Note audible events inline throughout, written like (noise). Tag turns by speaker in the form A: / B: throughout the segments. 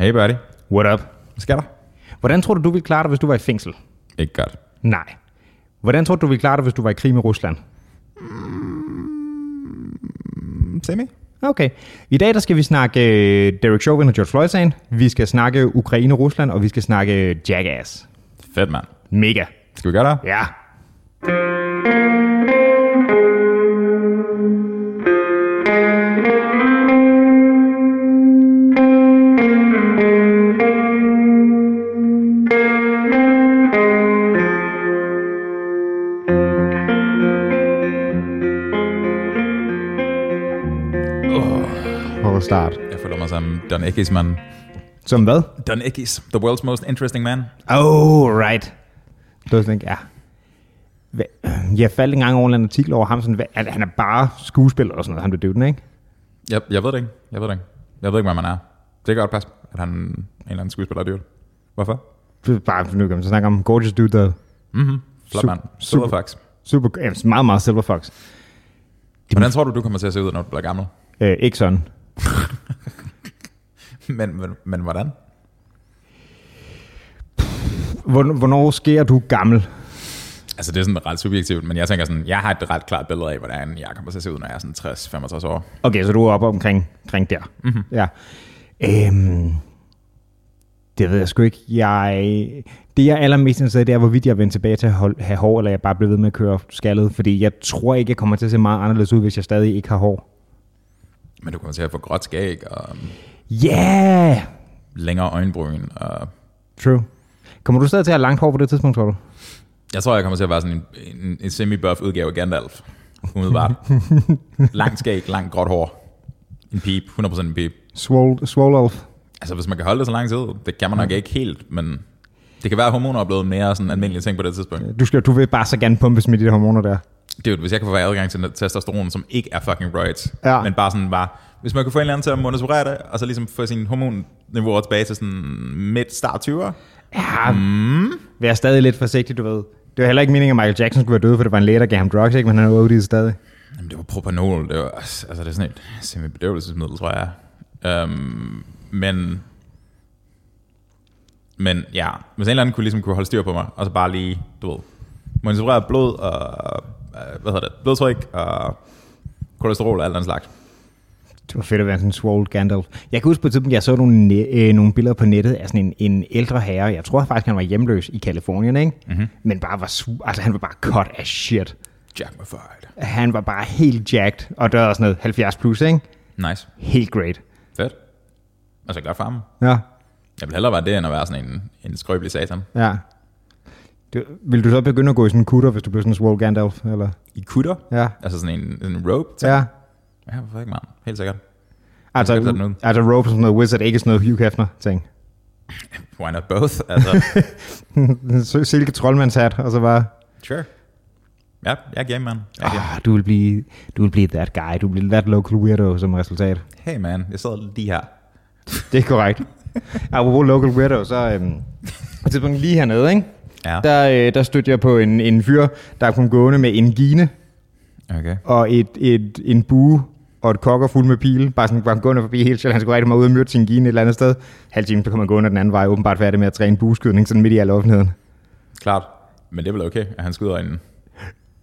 A: Hey buddy,
B: What up?
A: hvad skal der?
B: Hvordan tror du, du ville klare dig, hvis du var i fængsel?
A: Ikke godt.
B: Nej. Hvordan tror du, du ville klare dig, hvis du var i krig med Rusland?
A: Semi?
B: Okay. I dag der skal vi snakke øh, Derek Chauvin og George Floyd-sagen. Vi skal snakke Ukraine-Rusland, og vi skal snakke Jackass.
A: Fedt mand.
B: Mega.
A: Skal vi gøre det?
B: Ja. Hvor start.
A: Jeg føler mig som Don Eckes mand.
B: Som hvad?
A: Don Eckes, the world's most interesting man.
B: Oh, right. Det var sådan, ikke, ja. Hva- Jeg faldt engang over en eller anden artikel over ham, sådan, hvad- at han er bare skuespiller og sådan noget, ham der dude, ikke?
A: Jeg, jeg ved det ikke. Jeg ved det ikke. Jeg ved ikke, hvad man er. Det kan godt passe, at han er en eller anden skuespiller er dyrt. Hvorfor?
B: Det er Bare nu kan man så snakke om gorgeous dude, der
A: Mhm. Flot
B: Sup-
A: mand.
B: super.
A: Super fax.
B: super, ja, meget, meget silver fox.
A: Hvordan tror du, du kommer til at se ud, når du bliver gammel?
B: Øh, ikke sådan.
A: men, men, men hvordan?
B: Hvorn- Hvornår sker du gammel?
A: Altså, det er sådan ret subjektivt, men jeg tænker sådan, jeg har et ret klart billede af, hvordan jeg kommer til at se ud, når jeg er sådan 60-65 år.
B: Okay, så du er oppe omkring, omkring der. Mm-hmm. Ja. Øhm, det ved jeg sgu ikke. Jeg, det, jeg er allermest interesseret i, det er, hvorvidt jeg vender tilbage til at hold, have hår, eller jeg bare bliver ved med at køre skaldet. Fordi jeg tror ikke, jeg kommer til at se meget anderledes ud, hvis jeg stadig ikke har hår.
A: Men du kommer til at få gråt skæg og
B: Ja! Yeah!
A: længere øjenbryn. Og
B: True. Kommer du stadig til at have langt hår på det tidspunkt, tror du?
A: jeg tror, jeg kommer til at være sådan en, en, en semi-buff udgave af Gandalf. Umiddelbart. langt skæg, langt gråt hår. En pip. 100% en pip.
B: Swole, swole off.
A: Altså, hvis man kan holde det så lang tid, det kan man nok ikke helt, men det kan være, at hormoner er blevet mere sådan almindelige ting på det tidspunkt.
B: Du, skal, du vil bare så gerne pumpes med de der hormoner der.
A: Dude, hvis jeg kan få adgang til testosteron, som ikke er fucking roids,
B: Ja.
A: men bare sådan bare, hvis man kunne få en eller anden til at monitorere det, og så ligesom få sine hormonniveauer tilbage til sådan midt start 20'er.
B: Ja, mm. vær stadig lidt forsigtig, du ved. Det var heller ikke meningen, at Michael Jackson skulle være død, for det var en læge, der gav ham drugs, ikke? men han er OD'et stadig.
A: Jamen, det var propanol, det var, altså det er sådan et semi-bedøvelsesmiddel, tror jeg. Øhm, men, men ja, hvis en eller anden kunne, ligesom kunne holde styr på mig, og så bare lige, du ved, monitorere blod og, øh, hvad hedder det, blodtryk og kolesterol og alt den slags.
B: Det var fedt at være sådan en swole Gandalf. Jeg kan huske på et tidspunkt, jeg så nogle, ne- øh, nogle billeder på nettet af sådan en, en ældre herre. Jeg tror faktisk, han var hjemløs i Kalifornien, ikke? Mm-hmm. Men bare var, su- altså, han var bare cut af shit.
A: Jack McFarlane.
B: Han var bare helt jacked, og der var sådan noget 70 plus, ikke?
A: Nice.
B: Helt great.
A: Fedt. Altså, glad for ham.
B: Ja,
A: Jeg vil hellere være det, end at være sådan en, en skrøbelig satan.
B: ja. Du, vil du så begynde at gå i sådan en kutter, hvis du blev sådan en swole Gandalf? Eller?
A: I kutter?
B: Ja.
A: Altså sådan en, en rope? Ja.
B: Ja.
A: ja, hvorfor ikke, man? Helt sikkert.
B: Altså,
A: Jeg skal tage den ud.
B: altså rope som noget wizard, ikke sådan noget Hugh Hefner-ting.
A: Why not both? Altså,
B: Sil- Silke troldmandshat, og så bare...
A: Sure. Ja, jeg er game, man. Jeg er game.
B: Ah, du vil blive, du vil blive that guy. Du vil blive that local weirdo som resultat.
A: Hey, man. Jeg sidder lige her.
B: Det er
A: (laughs)
B: korrekt. Apropos local weirdo, så øhm, på et tidspunkt lige hernede, ikke?
A: Ja.
B: Der, øh, der stødte jeg på en, en fyr, der kom gående med en gine
A: Okay.
B: og et, et, en bue og et kokker fuld med pile. Bare sådan, bare gående forbi helt selv. Han skulle rigtig meget ud og myrde sin gine et eller andet sted. Halv time, så kom han gående den anden vej, åbenbart færdig med at træne bueskydning, sådan midt i al offentligheden.
A: Klart. Men det er vel okay, at han skyder en...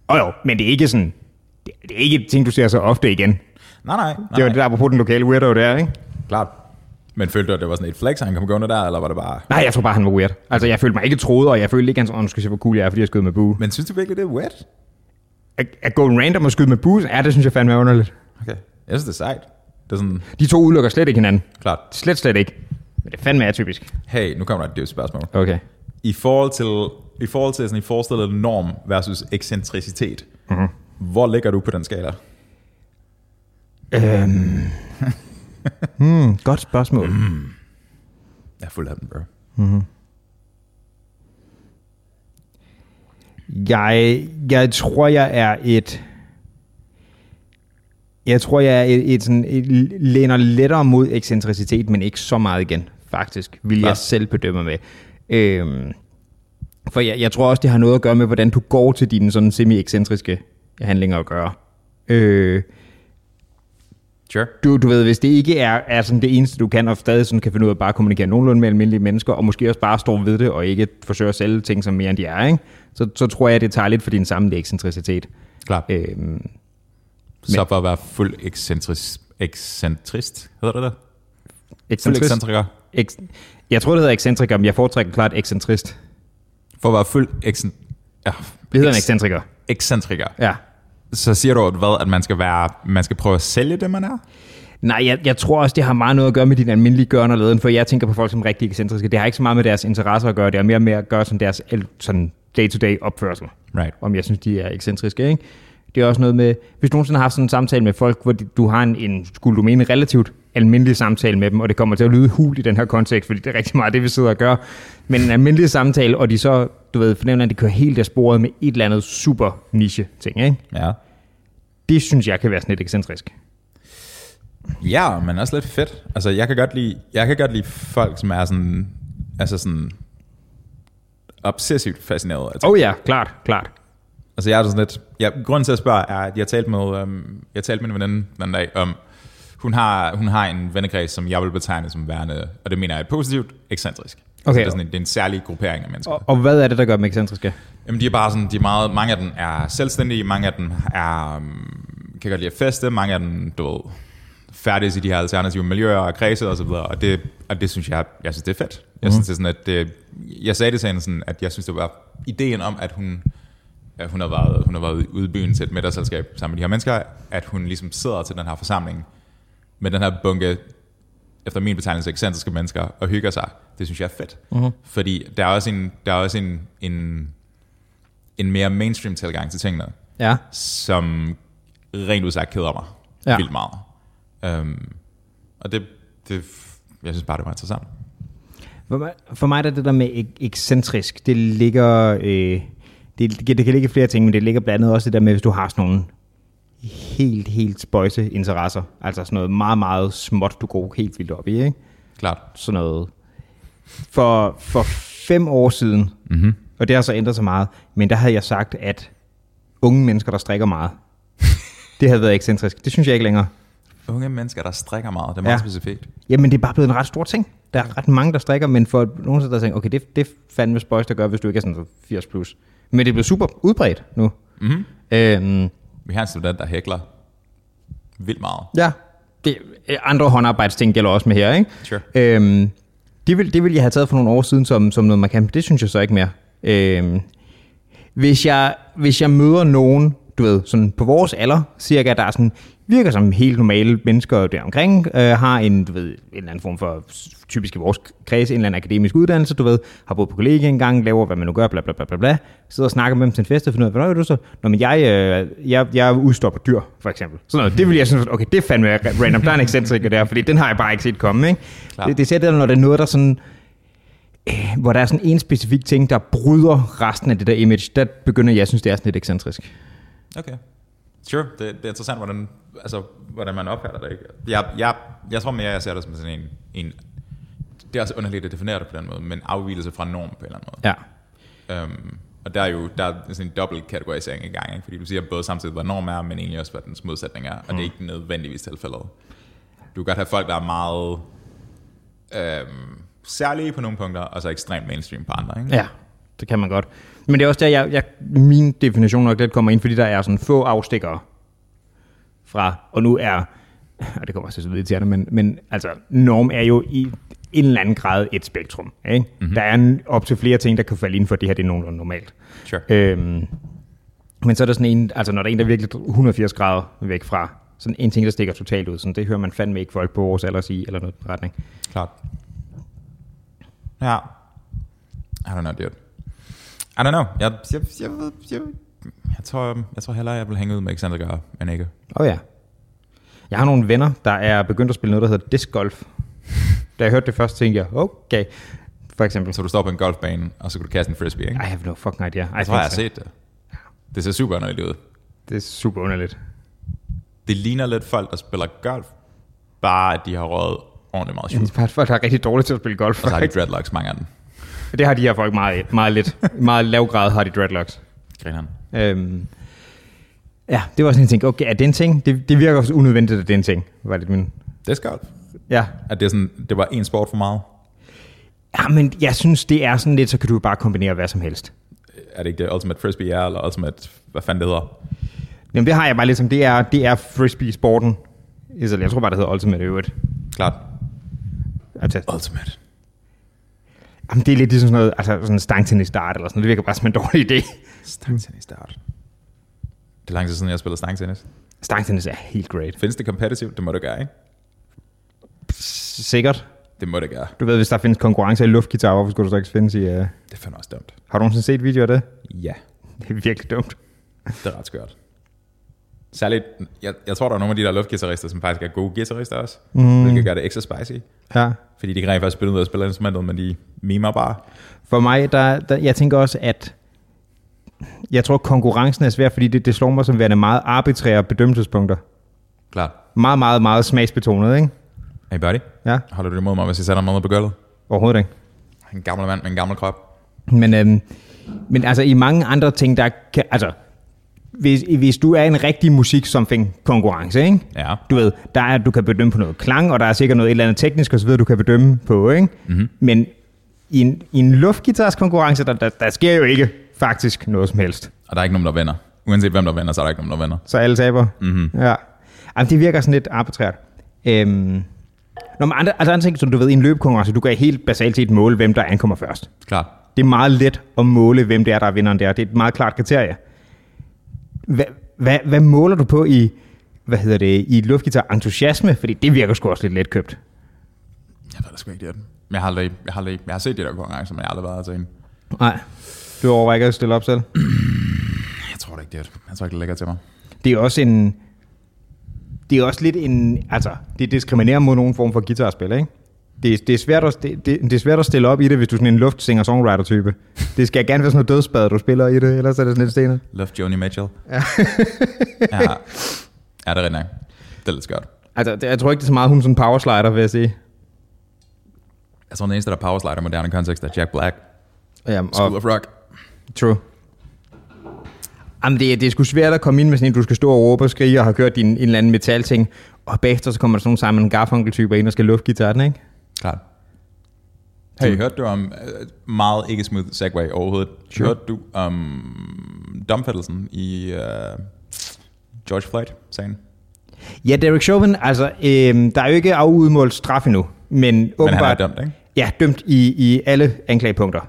B: Og jo, men det er ikke sådan, det, det er ikke ting, du ser så ofte igen.
A: Nej, nej.
B: Det var
A: nej,
B: det
A: nej.
B: der apropos den lokale weirdo der, ikke?
A: Klart. Men følte du, at det var sådan et flex, han kom gående der, eller var det bare...
B: Nej, jeg tror bare, han var weird. Altså, jeg følte mig ikke troet, og jeg følte ikke, at han skulle se, hvor cool jeg er, fordi jeg skød med bue.
A: Men synes du virkelig, det er wet?
B: At, at gå random og skyde med bue, ja, det synes jeg fandme er underligt.
A: Okay. Jeg synes, det er sejt. Det er sådan...
B: De to udelukker slet ikke hinanden.
A: Klart.
B: Slet, slet ikke. Men det fandme er typisk.
A: Hey, nu kommer der et dybt spørgsmål.
B: Okay.
A: I forhold til, i forhold til sådan en forestillet norm versus ekscentricitet,
B: Mhm.
A: mm-hmm. hvor ligger du på den skala?
B: Øhm. hmm, godt spørgsmål.
A: Jeg er fuld af den, bro.
B: Jeg, jeg tror, jeg er et... Jeg tror, jeg er et, et, sådan, et, læner lettere mod ekscentricitet, men ikke så meget igen, faktisk, vil jeg
A: Ja.
B: selv bedømme med. Øhm, for jeg, jeg tror også, det har noget at gøre med, hvordan du går til dine sådan semi-ekscentriske handlinger at gøre. Øh,
A: Sure.
B: Du, du ved, hvis det ikke er, er sådan det eneste, du kan, og stadig sådan kan finde ud af bare at kommunikere nogenlunde med almindelige mennesker, og måske også bare stå ved det, og ikke forsøge at sælge ting som mere end de er, ikke? Så, så tror jeg, det tager lidt for din samlede ekscentricitet.
A: Klart.
B: Øhm,
A: Så for at være fuld ekscentris, ekscentrist, hedder det det? Fuld
B: ekscentrisk,
A: ekscentriker.
B: eks, jeg tror, det hedder ekscentriker, men jeg foretrækker klart ekcentrist.
A: For at være fuld ekscent... Ja,
B: Det hedder en
A: eks-
B: ekscentriker,
A: ekscentriker.
B: ja.
A: Så siger du at hvad, at man skal, være, man skal prøve at sælge det, man er?
B: Nej, jeg, jeg tror også, det har meget noget at gøre med din almindelige gøren og laden, for jeg tænker på folk som rigtig ekscentriske. Det har ikke så meget med deres interesser at gøre, det har mere med at gøre som deres el- sådan day-to-day opførsel,
A: Right.
B: om jeg synes, de er ekscentriske. Ikke? Det er også noget med, hvis du nogensinde har haft sådan en samtale med folk, hvor de- du har en, en skulle du mene, relativt almindelig samtale med dem, og det kommer til at lyde hul i den her kontekst, fordi det er rigtig meget det, vi sidder og gør, men en almindelig samtale, og de så, du ved, fornemmer, at de kører helt af sporet med et eller andet super niche ting, ikke?
A: Ja.
B: Det synes jeg kan være sådan lidt ekscentrisk.
A: Ja, men også lidt fedt. Altså, jeg kan godt lide, jeg kan godt lide folk, som er sådan, altså sådan obsessivt fascineret. Altså,
B: Åh oh ja, klart, klart. Oh.
A: altså jeg er sådan lidt, ja, grunden til at spørge er, at jeg talte med, øhm, jeg talte med en veninde den anden dag om, hun har, hun har en vennekreds, som jeg vil betegne som værende, og det mener jeg er positivt, ekscentrisk. Altså,
B: Okay.
A: det, er sådan en, det er en særlig gruppering af mennesker.
B: Og, og hvad er det, der gør dem ekscentriske?
A: Jamen, de er bare sådan, de er meget, mange af dem er selvstændige, mange af dem er, øhm, kan godt lide at feste, mange af dem, du ved, færdes i de her alternative miljøer og kredse og så videre, og det, og det synes jeg, jeg synes, det er fedt. Jeg synes, det er sådan, at det, jeg sagde det til hende sådan, at jeg synes, det var ideen om, at hun, at hun har været, hun har været ude i byen til et middagsselskab sammen med de her mennesker, at hun ligesom sidder til den her forsamling med den her bunke, efter min betegnelse, ekscentriske mennesker, og hygger sig. Det synes jeg er fedt. Uh-huh. Fordi der er også en, der er også en, en en mere mainstream tilgang til tingene,
B: Ja.
A: som rent udsagt keder mig ja.
B: Ja.
A: vildt meget. Um, og det, det, jeg synes bare, det var interessant.
B: For mig, for mig der er det der med ek- ekscentrisk, det ligger... Øh, det, det, kan- det kan ligge i flere ting, men det ligger blandt andet også det der med, hvis du har sådan nogle helt, helt spøjse interesser. Altså sådan noget meget, meget småt, du går helt vildt op i, ikke?
A: Klart.
B: Sådan noget. For, for fem år siden, mm-hmm. og det har så ændret sig meget, men der havde jeg sagt, at unge mennesker, der strikker meget, det havde været ekscentrisk. Det synes jeg ikke længere.
A: Unge mennesker, der strikker meget, det er meget ja.
B: Ja.
A: specifikt.
B: Jamen, det er bare blevet en ret stor ting. Der er ret mange, der strikker, men for nogen, der tænker, okay, det, det er fandme spøjs, der gør, hvis du ikke er sådan 80 plus. Men det er blevet super udbredt nu.
A: Mm-hmm.
B: Øhm,
A: Vi har en student, der hækler vildt meget.
B: ja. Det, øh, andre håndarbejdsting gælder også med her, ikke?
A: Sure.
B: Øhm, det, vil, det ville jeg have taget for nogle år siden som, som noget markant, men det synes jeg så ikke mere. Øhm, hvis, jeg, hvis jeg møder nogen, du ved, sådan på vores alder, cirka, der er sådan, virker som helt normale mennesker deromkring, øh, har en, du ved, en eller anden form for, typisk i vores kreds, en eller anden akademisk uddannelse, du ved, har boet på kollegie engang, laver hvad man nu gør, bla bla bla bla bla, sidder og snakker med dem til en fest og finder ud af, hvad gør du så? Nå, men jeg, øh, jeg, jeg udstopper dyr, for eksempel. Sådan noget, det vil jeg synes, okay, det er fandme random, der er en ekscentriker der, fordi den har jeg bare ikke set komme, ikke?
A: Klar.
B: Det, det er især det, når der er noget, der sådan, øh, hvor der er sådan en specifik ting, der bryder resten af det der image, der begynder jeg, synes, det er sådan lidt ekscentrisk.
A: Okay. Sure, det, det er interessant, hvordan, altså, hvordan man opfatter det. Ikke? Jeg, jeg, jeg tror mere, jeg ser det som sådan en, en... Det er også underligt at definere det på den måde, men afvielse fra norm på en eller anden måde.
B: Ja.
A: Øhm, og der er jo der er sådan en dobbelt kategorisering i gang, ikke? fordi du siger både samtidig, hvad norm er, men egentlig også, hvad dens modsætning er, og det er ikke nødvendigvis tilfældet. Du kan godt have folk, der er meget øhm, særlige på nogle punkter, og så ekstremt mainstream på andre. Ikke?
B: Ja, det kan man godt. Men det er også der, jeg, jeg, min definition nok lidt kommer ind, fordi der er sådan få afstikkere fra, og nu er, og det kommer også til at lyde irriterende, men, men altså, norm er jo i en eller anden grad et spektrum. Ikke? Mm-hmm. Der er en, op til flere ting, der kan falde inden for det her, det er nogenlunde normalt.
A: Sure.
B: Øhm, men så er der sådan en, altså når der er en, der er virkelig 180 grader væk fra, sådan en ting, der stikker totalt ud, sådan det hører man fandme ikke folk på vores alder sige, eller noget i den retning.
A: Klart. Ja. I don't know, dude. I don't know. Jeg, jeg, jeg, ved- jeg, jeg, tror, jeg tror hellere, jeg vil hænge ud med Alexander Gør, end ikke.
B: Åh oh, ja. Jeg har nogle venner, der er begyndt at spille noget, der hedder
A: (laughs)
B: discgolf. Da jeg hørte det først, tænkte jeg, okay, for eksempel.
A: Så du står på en golfbane, og så kan du kaste en frisbee, ikke?
B: I have no fucking idea.
A: Jeg tror, jeg har set det. Det ser super underligt ud.
B: Det er super underligt.
A: det ligner lidt folk, der spiller golf, bare at de har røget ordentligt meget shoot.
B: Det er bare (laughs) folk, der er rigtig dårlige til at spille golf.
A: Og så har de
B: Right?
A: dreadlocks, mange af dem.
B: (laughs) Det har de her folk meget, meget lidt. I meget lav grad har de dreadlocks.
A: Grineren.
B: Øhm, Ja, det var sådan en ting. Okay, er det en ting? Det, det virker også unødvendigt, at det er en ting. Var det min...
A: Det er skarpt.
B: Ja,
A: At det, er sådan, det var en sport for meget.
B: Ja, men jeg synes, det er sådan lidt, så kan du bare kombinere hvad som helst.
A: Er det ikke det Ultimate Frisbee er, eller Ultimate, hvad fanden det hedder?
B: Jamen, det har jeg bare lidt som, det er, det er frisbee-sporten. Altså, Jeg tror bare, det hedder Ultimate i øvrigt.
A: Klart.
B: Altså,
A: Ultimate.
B: jamen, det er lidt ligesom sådan noget, altså sådan en stangtennis start eller sådan noget. Det virker bare som en dårlig idé.
A: Stangtennis start. Det er lang tid siden, jeg har spillet stangtennis.
B: Stangtennis er helt great.
A: Findes det competitive? Det må det gøre, ikke?
B: Sikkert.
A: Det må det gøre.
B: Du ved, hvis der findes konkurrencer i luftgitar, hvorfor skulle du så ikke findes i... Uh...
A: Det er fandme også dumt.
B: Har du nogensinde set videoer af det?
A: Ja,
B: Det er virkelig dumt.
A: det er ret skørt. Særligt, jeg, jeg tror, der er nogle af de der luftgitarrister, som faktisk er gode guitarister også, mm. hvilket gør det ekstra spicy.
B: Ja.
A: Fordi de kan rent faktisk spille ud og spille instrumentet, men de mimer bare.
B: For mig, der, der, jeg tænker også, at jeg tror, konkurrencen er svær, fordi det, det slår mig som værende meget arbitrære bedømmelsespunkter.
A: Klart.
B: Meget, meget, meget smagsbetonet, ikke?
A: Hey buddy,
B: Ja,
A: holder du det imod mig, hvis jeg sætter mig ned på gulvet?
B: overhovedet ikke.
A: En gammel mand med en gammel krop.
B: Men, øhm, men altså i mange andre ting, der kan, altså, hvis, hvis du er en rigtig musik something konkurrence, ikke?
A: Ja.
B: Du ved, der er, du kan bedømme på noget klang, og der er sikkert noget et eller andet teknisk og så videre, du kan bedømme på, ikke? Mm-hmm. Men i en, i en luftgitars konkurrence, der, der, der, sker jo ikke faktisk noget som helst.
A: Og der er ikke nogen, der vinder. Uanset hvem der vinder, så er der ikke nogen, der vinder.
B: Så alle taber. Mm-hmm. Ja. Jamen, det virker sådan lidt arbitrært. Øhm, når man andre, altså andre ting, som du ved, i en løbekonkurrence, du kan helt basalt set måle, hvem der ankommer først.
A: Klart.
B: Det er meget let at måle, hvem det er, der er vinderen der. Det er et meget klart kriterie. Hvad, hvad, hvad måler du på i, hvad hedder det, i luftgitar entusiasme? Fordi det virker sgu også lidt letkøbt.
A: Jeg ved det sgu ikke, det er den. Men jeg har, aldrig, jeg, har aldrig, jeg har set de der konkurrencer, men jeg har aldrig været til en.
B: Nej. Du overrækker at stille op selv.
A: Jeg tror da ikke, det er det. Jeg tror ikke, det ligger til mig.
B: Det er også en... Det er også lidt en... Altså, det diskriminerer mod nogen form for guitarspil, ikke? Det, er- det, er svært at, det, det, det er svært at stille op i det, hvis du er sådan en luftsinger-songwriter-type. Det skal gerne være sådan noget dødsbad, du spiller i det, ellers er det sådan lidt stenet.
A: Love Joni Mitchell. Ja. (laughs) ja. ja, det er rigtig nok. Det er lidt skørt.
B: Altså, det, jeg tror ikke, det er så meget, hun er sådan en powerslider, vil jeg sige.
A: Jeg tror, den eneste, der powerslider i moderne kontekst, er Jack Black.
B: Jamen,
A: School of Rock.
B: True. Jamen, det, er- det er sgu svært at komme ind med sådan en, du skal stå og råbe og skrige, og har kørt din en eller anden metalting, og bagefter så kommer der sådan nogle sammen en garfunkel-typer ind og skal lufte gitaren, ikke?
A: Klart. Hey, hørte du om øh, meget ikke smooth segway overhovedet?
B: Sure.
A: Hørte du om domfældelsen i øh, George Floyd-sagen?
B: Ja, Derek Chauvin, altså, øhm, der er jo ikke afudmålt straf endnu, men
A: Men han er
B: åbenbart...
A: dømt, ikke?
B: Ja, dømt i, i alle anklagepunkter.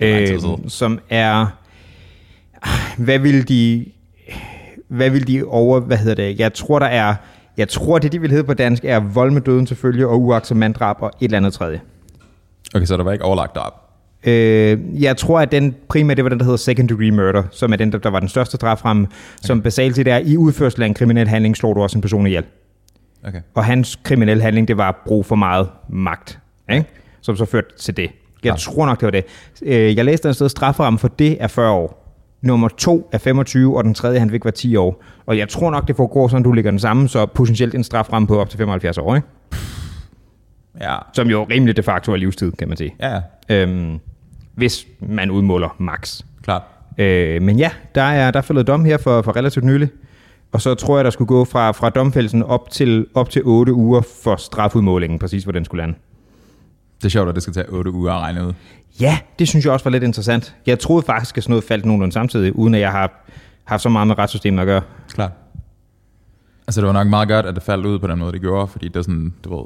B: Øhm,
A: lang tid siden.
B: som er... Hvad vil de... Hvad vil de over... Hvad hedder det? Jeg tror, der er... Jeg tror, det de vil hedde på dansk er vold med døden til følge og uagtsom manddrab og et eller andet tredje.
A: Okay, så der var ikke overlagt op.
B: Øh, jeg tror, at den primært, det var den, der hedder second degree murder, som er den, der, der var den største strafframme, okay. som basalt set er, i udførsel af en kriminel handling slår du også en person ihjel.
A: Okay.
B: Og hans kriminelle handling, det var at bruge for meget magt, ikke? som så førte til det. Jeg
A: Ja.
B: tror nok, det var det. Øh, Jeg læste et sted, strafferammen for det er 40 år. Nummer to er 25, og den tredje, han fik, var 10 år. Og jeg tror nok, det foregår sådan, du ligger den samme, så potentielt en straframme på op til 75 år, ikke?
A: Ja.
B: som jo rimelig de facto er livstid, kan man sige.
A: Ja, ja.
B: Øhm, hvis man udmåler max.
A: Klart.
B: Øh, men ja, der er, der er faldet dom her for, for relativt nylig. Og så tror jeg, der skulle gå fra, fra domfældelsen op til, op til 8 uger for strafudmålingen, præcis hvor den skulle lande.
A: Det er sjovt, at det skal tage 8 uger at regne ud.
B: Ja, det synes jeg også var lidt interessant. Jeg troede faktisk, at sådan noget faldt nogenlunde samtidig, uden at jeg har haft så meget med retssystemet at gøre.
A: Klart. Altså, det var nok meget godt, at det faldt ud på den måde, det gjorde, fordi det er sådan, du ved...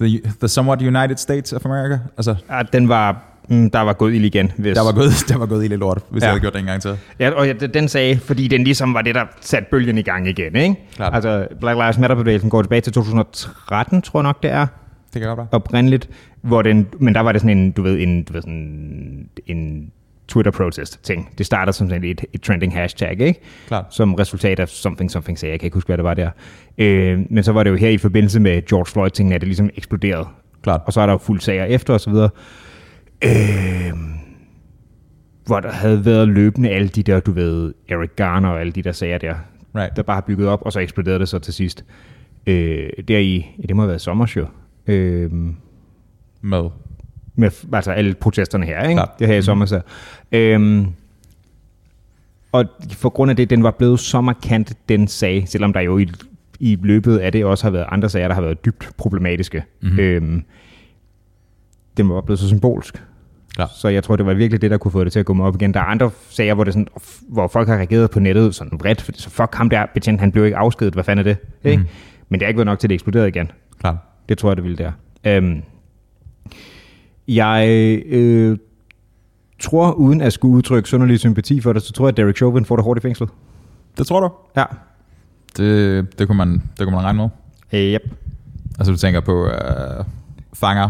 A: The, the somewhat United States of America. Altså,
B: At den var, mm, der var gået ild igen. Hvis,
A: der var gået, (laughs) der var gået i lidt lort, hvis ja.
B: Ja.
A: jeg havde gjort det en gang til.
B: Ja, og ja, den sagde, fordi den ligesom var det, der satte bølgen i gang igen, ikke?
A: Klart.
B: Altså, Black Lives Matter-bevægelsen går tilbage til 2013, tror jeg nok det er.
A: Det kan godt være.
B: oprindeligt, hvor den, men der var det sådan en, du ved, en, du ved, sådan en Twitter-protest-ting. Det starter som sådan et, et trending hashtag, ikke?
A: Klart.
B: Som resultat af something, something sagde. Jeg kan ikke huske, hvad det var der. Øh, men så var det jo her i forbindelse med George Floyd-tingen, at det ligesom eksploderede.
A: Klart.
B: Og så er der jo fuld sager efter osv. Øh, hvor der havde været løbende alle de der, du ved, Eric Garner og alle de der sager der,
A: Right.
B: der bare har bygget op, og så eksploderede det så til sidst. Øh, der i, det må have været sommershow. Øh,
A: Med.
B: med f- altså alle protesterne her, ikke?
A: Klart.
B: Det her i sommer så. Øhm, Og for grund af det, den var blevet så markant, den sag, selvom der jo i, i løbet af det også har været andre sager, der har været dybt problematiske. Mm-hmm. Øhm, den var blevet så symbolsk.
A: Klar.
B: Så jeg tror, det var virkelig det, der kunne få det til at gå mig op igen. Der er andre sager, hvor, det er sådan, hvor folk har reageret på nettet sådan bredt. fordi Så fuck ham der, betjent, han blev ikke afskedet. Hvad fanden er det? Ikke? Mm. Men det har ikke været nok til, at det eksploderede igen.
A: Klart.
B: Det tror jeg, det ville der. Øhm, jeg øh, tror, uden at skulle udtrykke sønderlig sympati for det, så tror jeg, at Derek Chauvin får det hårdt i fængslet.
A: Det tror du?
B: Ja.
A: Det, det, kunne, man, det kunne man regne med.
B: Øh, yep.
A: Altså du tænker på øh, fanger,
B: ja,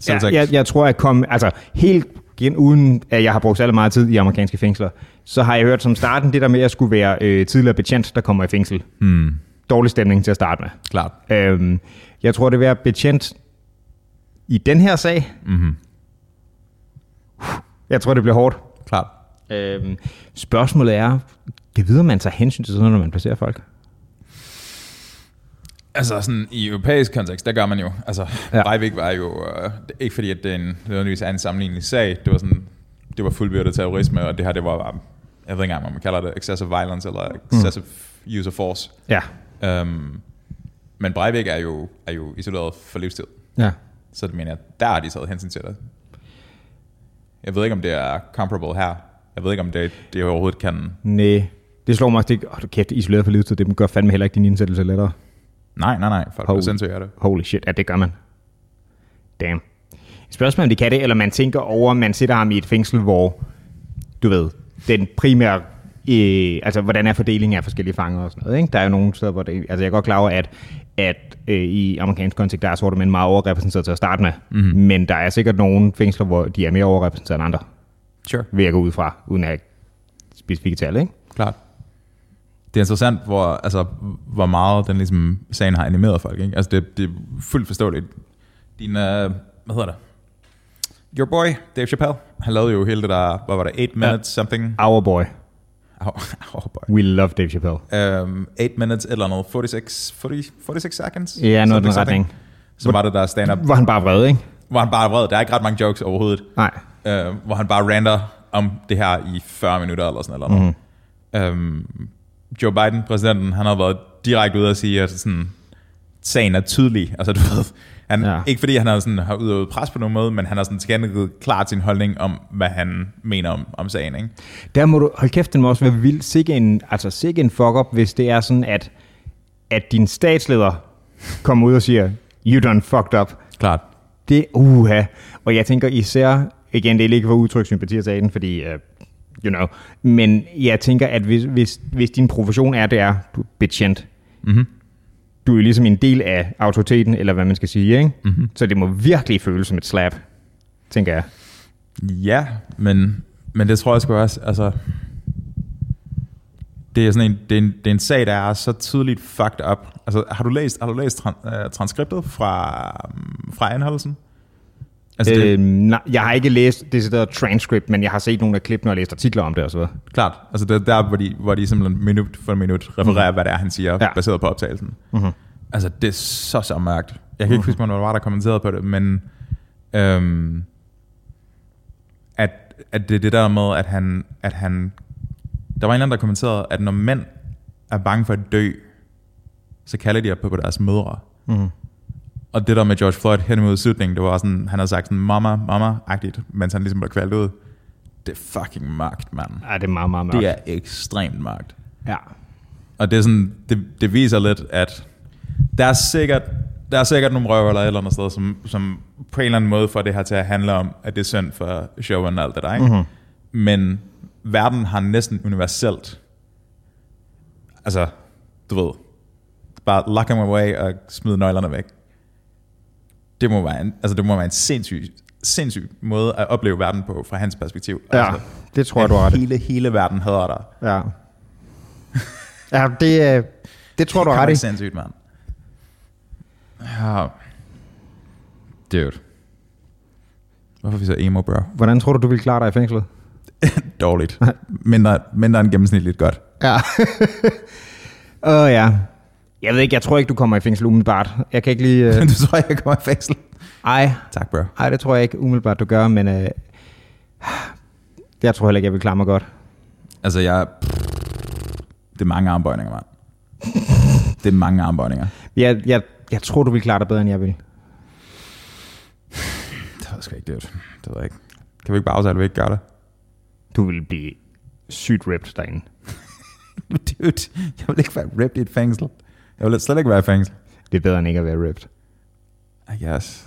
A: selvtægt.
B: jeg, jeg tror, at komme, altså helt igen, uden at jeg har brugt særlig meget tid i amerikanske fængsler, så har jeg hørt som starten det der med, at jeg skulle være øh, tidligere betjent, der kommer i fængsel.
A: Hmm,
B: Dårlig stemning til at starte med.
A: klart.
B: Øhm, jeg tror, det vil være betjent i den her sag.
A: Mhm.
B: Jeg tror, det bliver hårdt.
A: Klart.
B: Øhm, spørgsmålet er, det videre man tager hensyn til sådan noget, når man placerer folk.
A: Altså sådan i europæisk kontekst, der gør man jo, altså
B: Ja.
A: ja. Breivik var jo, øh, det- ikke fordi at det er en, nødvendigvis er en sammenlignelig sag, det var sådan, det var fuldbyrdet terrorisme, og det her det var, bare- jeg ved ikke engang, om man kalder det excessive violence, eller excessive mm. use of force.
B: Ja.
A: Um, men Breivik er jo, er jo isoleret for livstid,
B: ja.
A: så det mener jeg, der har de taget hensyn til det. Jeg ved ikke, om det er comparable her. Jeg ved ikke, om det, det overhovedet kan...
B: Næ. Det slår mig også, det, oh, kæft, isoleret for livstid, det gør fandme heller ikke din indsættelse lettere.
A: Nej, nej, nej, folk
B: Hov.
A: bliver sindssyge af det.
B: Holy shit, ja, det gør man. Damn. Spørgsmålet er, om de kan det, eller man tænker over, at man sætter ham i et fængsel, hvor, du ved, den primære, øh, altså hvordan er fordelingen af forskellige fanger og sådan noget, ikke? Der er jo nogle steder, hvor det, altså jeg er godt klar over, at, at øh, i amerikansk kontekst, der er sorte mænd meget overrepræsenteret til at starte med, mm-hmm. men der er sikkert nogle fængsler, hvor de er mere overrepræsenteret end andre,
A: Sure.
B: vil jeg gå ud fra, uden at have specifikke tal, ikke?
A: Klart. Det er interessant, hvor, altså, hvor meget den ligesom, sagen har animeret folk. Ikke? Altså, det, det er fuldt forståeligt. Din, uh, hvad hedder det? Your boy, Dave Chappelle, han lavede jo hele det der, hvad var det, 8 minutes ja. something?
B: Our boy,
A: Au, (laughs) au, boy.
B: we love Dave Chappelle.
A: Um, 8 minutes eller noget, 46, 40, 46 seconds?
B: Ja, noget i
A: Something,
B: den
A: something.
B: retning.
A: Så var det der stand-up,
B: Var han bare vred, ikke?
A: hvor han bare er vred. Der er ikke ret mange jokes overhovedet.
B: Nej.
A: øh, hvor han bare rander om det her i 40 minutter eller sådan noget. Mm. Øhm, Joe Biden, præsidenten, han har været direkte ude at sige, at sådan, sagen er tydelig. Altså, du ved, han,
B: Ja.
A: ja. Ikke fordi han har, sådan, har udøvet pres på nogen måde, men han har sådan tilkendegivet klart sin holdning om, hvad han mener om, om sagen. Ikke?
B: Der må du, hold kæft, den må også være vildt sikke en, altså sikke en fuck up, hvis det er sådan, at, at din statsleder kommer ud og siger, you done fucked up.
A: Klart.
B: Det uha. Og jeg tænker især, igen, det er ikke for at udtrykke sympati til den, fordi, uh, you know, men jeg tænker, at hvis, hvis, hvis din profession er, det er, du er betjent,
A: Mm-hmm.
B: du er jo ligesom en del af autoriteten, eller hvad man skal sige, ikke? Mm-hmm. Så det må virkelig føles som et slap, tænker jeg.
A: Ja, men, men det tror jeg sgu også, altså... Det er sådan en, det er en, det er en sag, der er så tydeligt fucked up. Altså, har du læst, har du læst tran, øh, transkriptet fra, mm, fra anholdelsen? Altså, det er
B: Øh, nej, jeg har ikke læst decideret transcript, men jeg har set nogle af klippene og læst artikler om det og så videre.
A: klart. Altså, det er der, hvor de, hvor de simpelthen minut for minut refererer, mm. hvad det er, han siger,
B: Ja.
A: ja. baseret på optagelsen. Mm-hmm. Altså, det er så, så mørkt. Jeg kan ikke huske, hvornår det var, der kommenterede på det, men... Øhm, at, at det er det der med, at han, at han... Der var en eller anden, der kommenterede, at når mænd er bange for at dø, så kalder de op på deres mødre. Mm. Og det der med George Floyd hen imod slutningen, det var sådan, han havde sagt sådan, mamma, mamma-agtigt, mens han ligesom blev kvalt ud. Det er fucking magt, mand.
B: Ja, det er meget, meget mørkt.
A: Det er ekstremt mørkt.
B: Ja.
A: Og det, er sådan, det, det viser lidt, at der er sikkert, der er sikkert nogle røver eller et eller andet sted, som, som på en eller anden måde får det her til at handle om, at det er synd for showen og alt det der. Ikke?
B: Mhm.
A: Mm-hmm. Men verden har næsten universelt, altså, du ved, bare lock him away og smid nøglerne væk. Det må være en, altså det må være en sindssyg, sindssyg måde at opleve verden på fra hans perspektiv.
B: ja,
A: altså,
B: det tror jeg, du har ret i.
A: hele, hele verden hader dig.
B: Ja. ja, det, er- det tror du har ret
A: Det er
B: i.
A: sindssygt, mand. Ja. Dude. Hvorfor er vi så emo, bro?
B: Hvordan tror du, du ville klare dig i fængslet?
A: Dårligt. Mindre, mindre end gennemsnitligt godt.
B: Ja. Åh oh, ja. Jeg ved ikke, jeg tror ikke, du kommer i fængsel umiddelbart. Jeg kan ikke lige...
A: (laughs)
B: Øh...
A: Men du tror, jeg kommer i fængsel.
B: Ej,
A: Tak, bro.
B: ej, det tror jeg ikke umiddelbart, du gør, men... Øh... Jeg tror heller ikke, jeg vil klare mig godt.
A: Altså, jeg... Det er mange armbøjninger, mand. Det er mange armbøjninger.
B: Jeg, jeg, jeg tror, du vil klare dig bedre, end jeg vil.
A: Det ved jeg sgu ikke, det. Det ved jeg ikke. Kan vi ikke bare aftale, at vi ikke gør det? (laughs)
B: Du vil blive sygt ripped derinde.
A: Dude, jeg vil ikke være ripped i et fængsel. Jeg vil slet ikke være i fængsel.
B: Det er bedre end ikke at være ripped.
A: I
B: (laughs)
A: guess.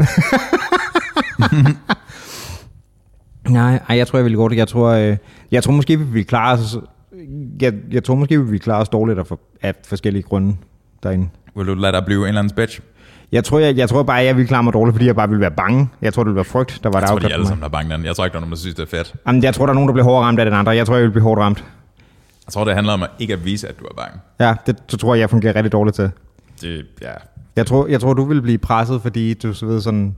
B: Nej, ej, jeg tror, jeg ville gå det. Jeg tror, øh, jeg tror måske, vi ville klare os... Jeg, jeg tror måske, vi ville klare os dårligt af, for, af forskellige grunde derinde.
A: Vil du lade dig blive en eller anden bitch?
B: Jeg tror, jeg, jeg tror bare, jeg ville klare mig dårligt, fordi jeg bare ville være bange. Jeg tror, det ville være frygt, der var
A: Jeg
B: der
A: tror, de er
B: afgørende
A: alle
B: for mig.
A: sammen, der er bange den. Jeg tror ikke, der er nogen, der synes, det er fedt.
B: Jamen, jeg tror, der er nogen, der bliver hårdere ramt af den andre. Jeg tror, jeg vil blive hårdt ramt.
A: Jeg tror, det handler om at ikke at vise, at du er bange.
B: Ja, det, det tror jeg, jeg fungerer rigtig dårligt til.
A: Det, ja.
B: Jeg tror, jeg tror du ville blive presset, fordi du så ved sådan...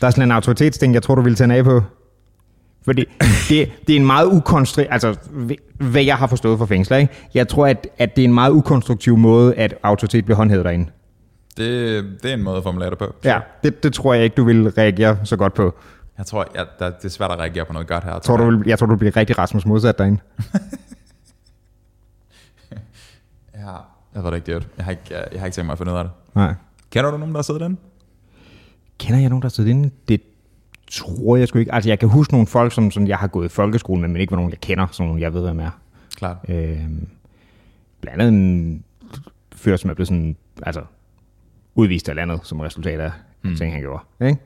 B: Der er sådan en autoritetsting, jeg tror, du ville tænde af på. Fordi det, det er en meget ukonstruktiv... Altså, hv- hvad jeg har forstået fra fængsler, ikke? Jeg tror, at, at det er en meget ukonstruktiv måde, at autoritet bliver håndhævet derinde.
A: Det, det er en måde at formulere det på.
B: Ja, det, det tror jeg ikke, du ville reagere så godt på.
A: Jeg tror, jeg, der, det er svært at reagere på noget godt her. Jeg
B: Tror, du vil, jeg tror, du bliver rigtig Rasmus modsat derinde.
A: Ja, jeg ved det ikke, det. Jeg har ikke, jeg, jeg har ikke tænkt mig at finde ud af det.
B: Nej.
A: Kender du nogen, der har siddet den?
B: Kender jeg nogen, der har siddet inde? Det tror jeg sgu ikke. Altså, jeg kan huske nogle folk, som, som jeg har gået i folkeskolen med, men ikke var nogen, jeg kender, sådan nogen, jeg ved, hvem er.
A: Klart.
B: Øh, blandt andet en fyr, som er blevet sådan, altså, udvist af landet, som resultat af mm. ting, han gjorde. Ikke?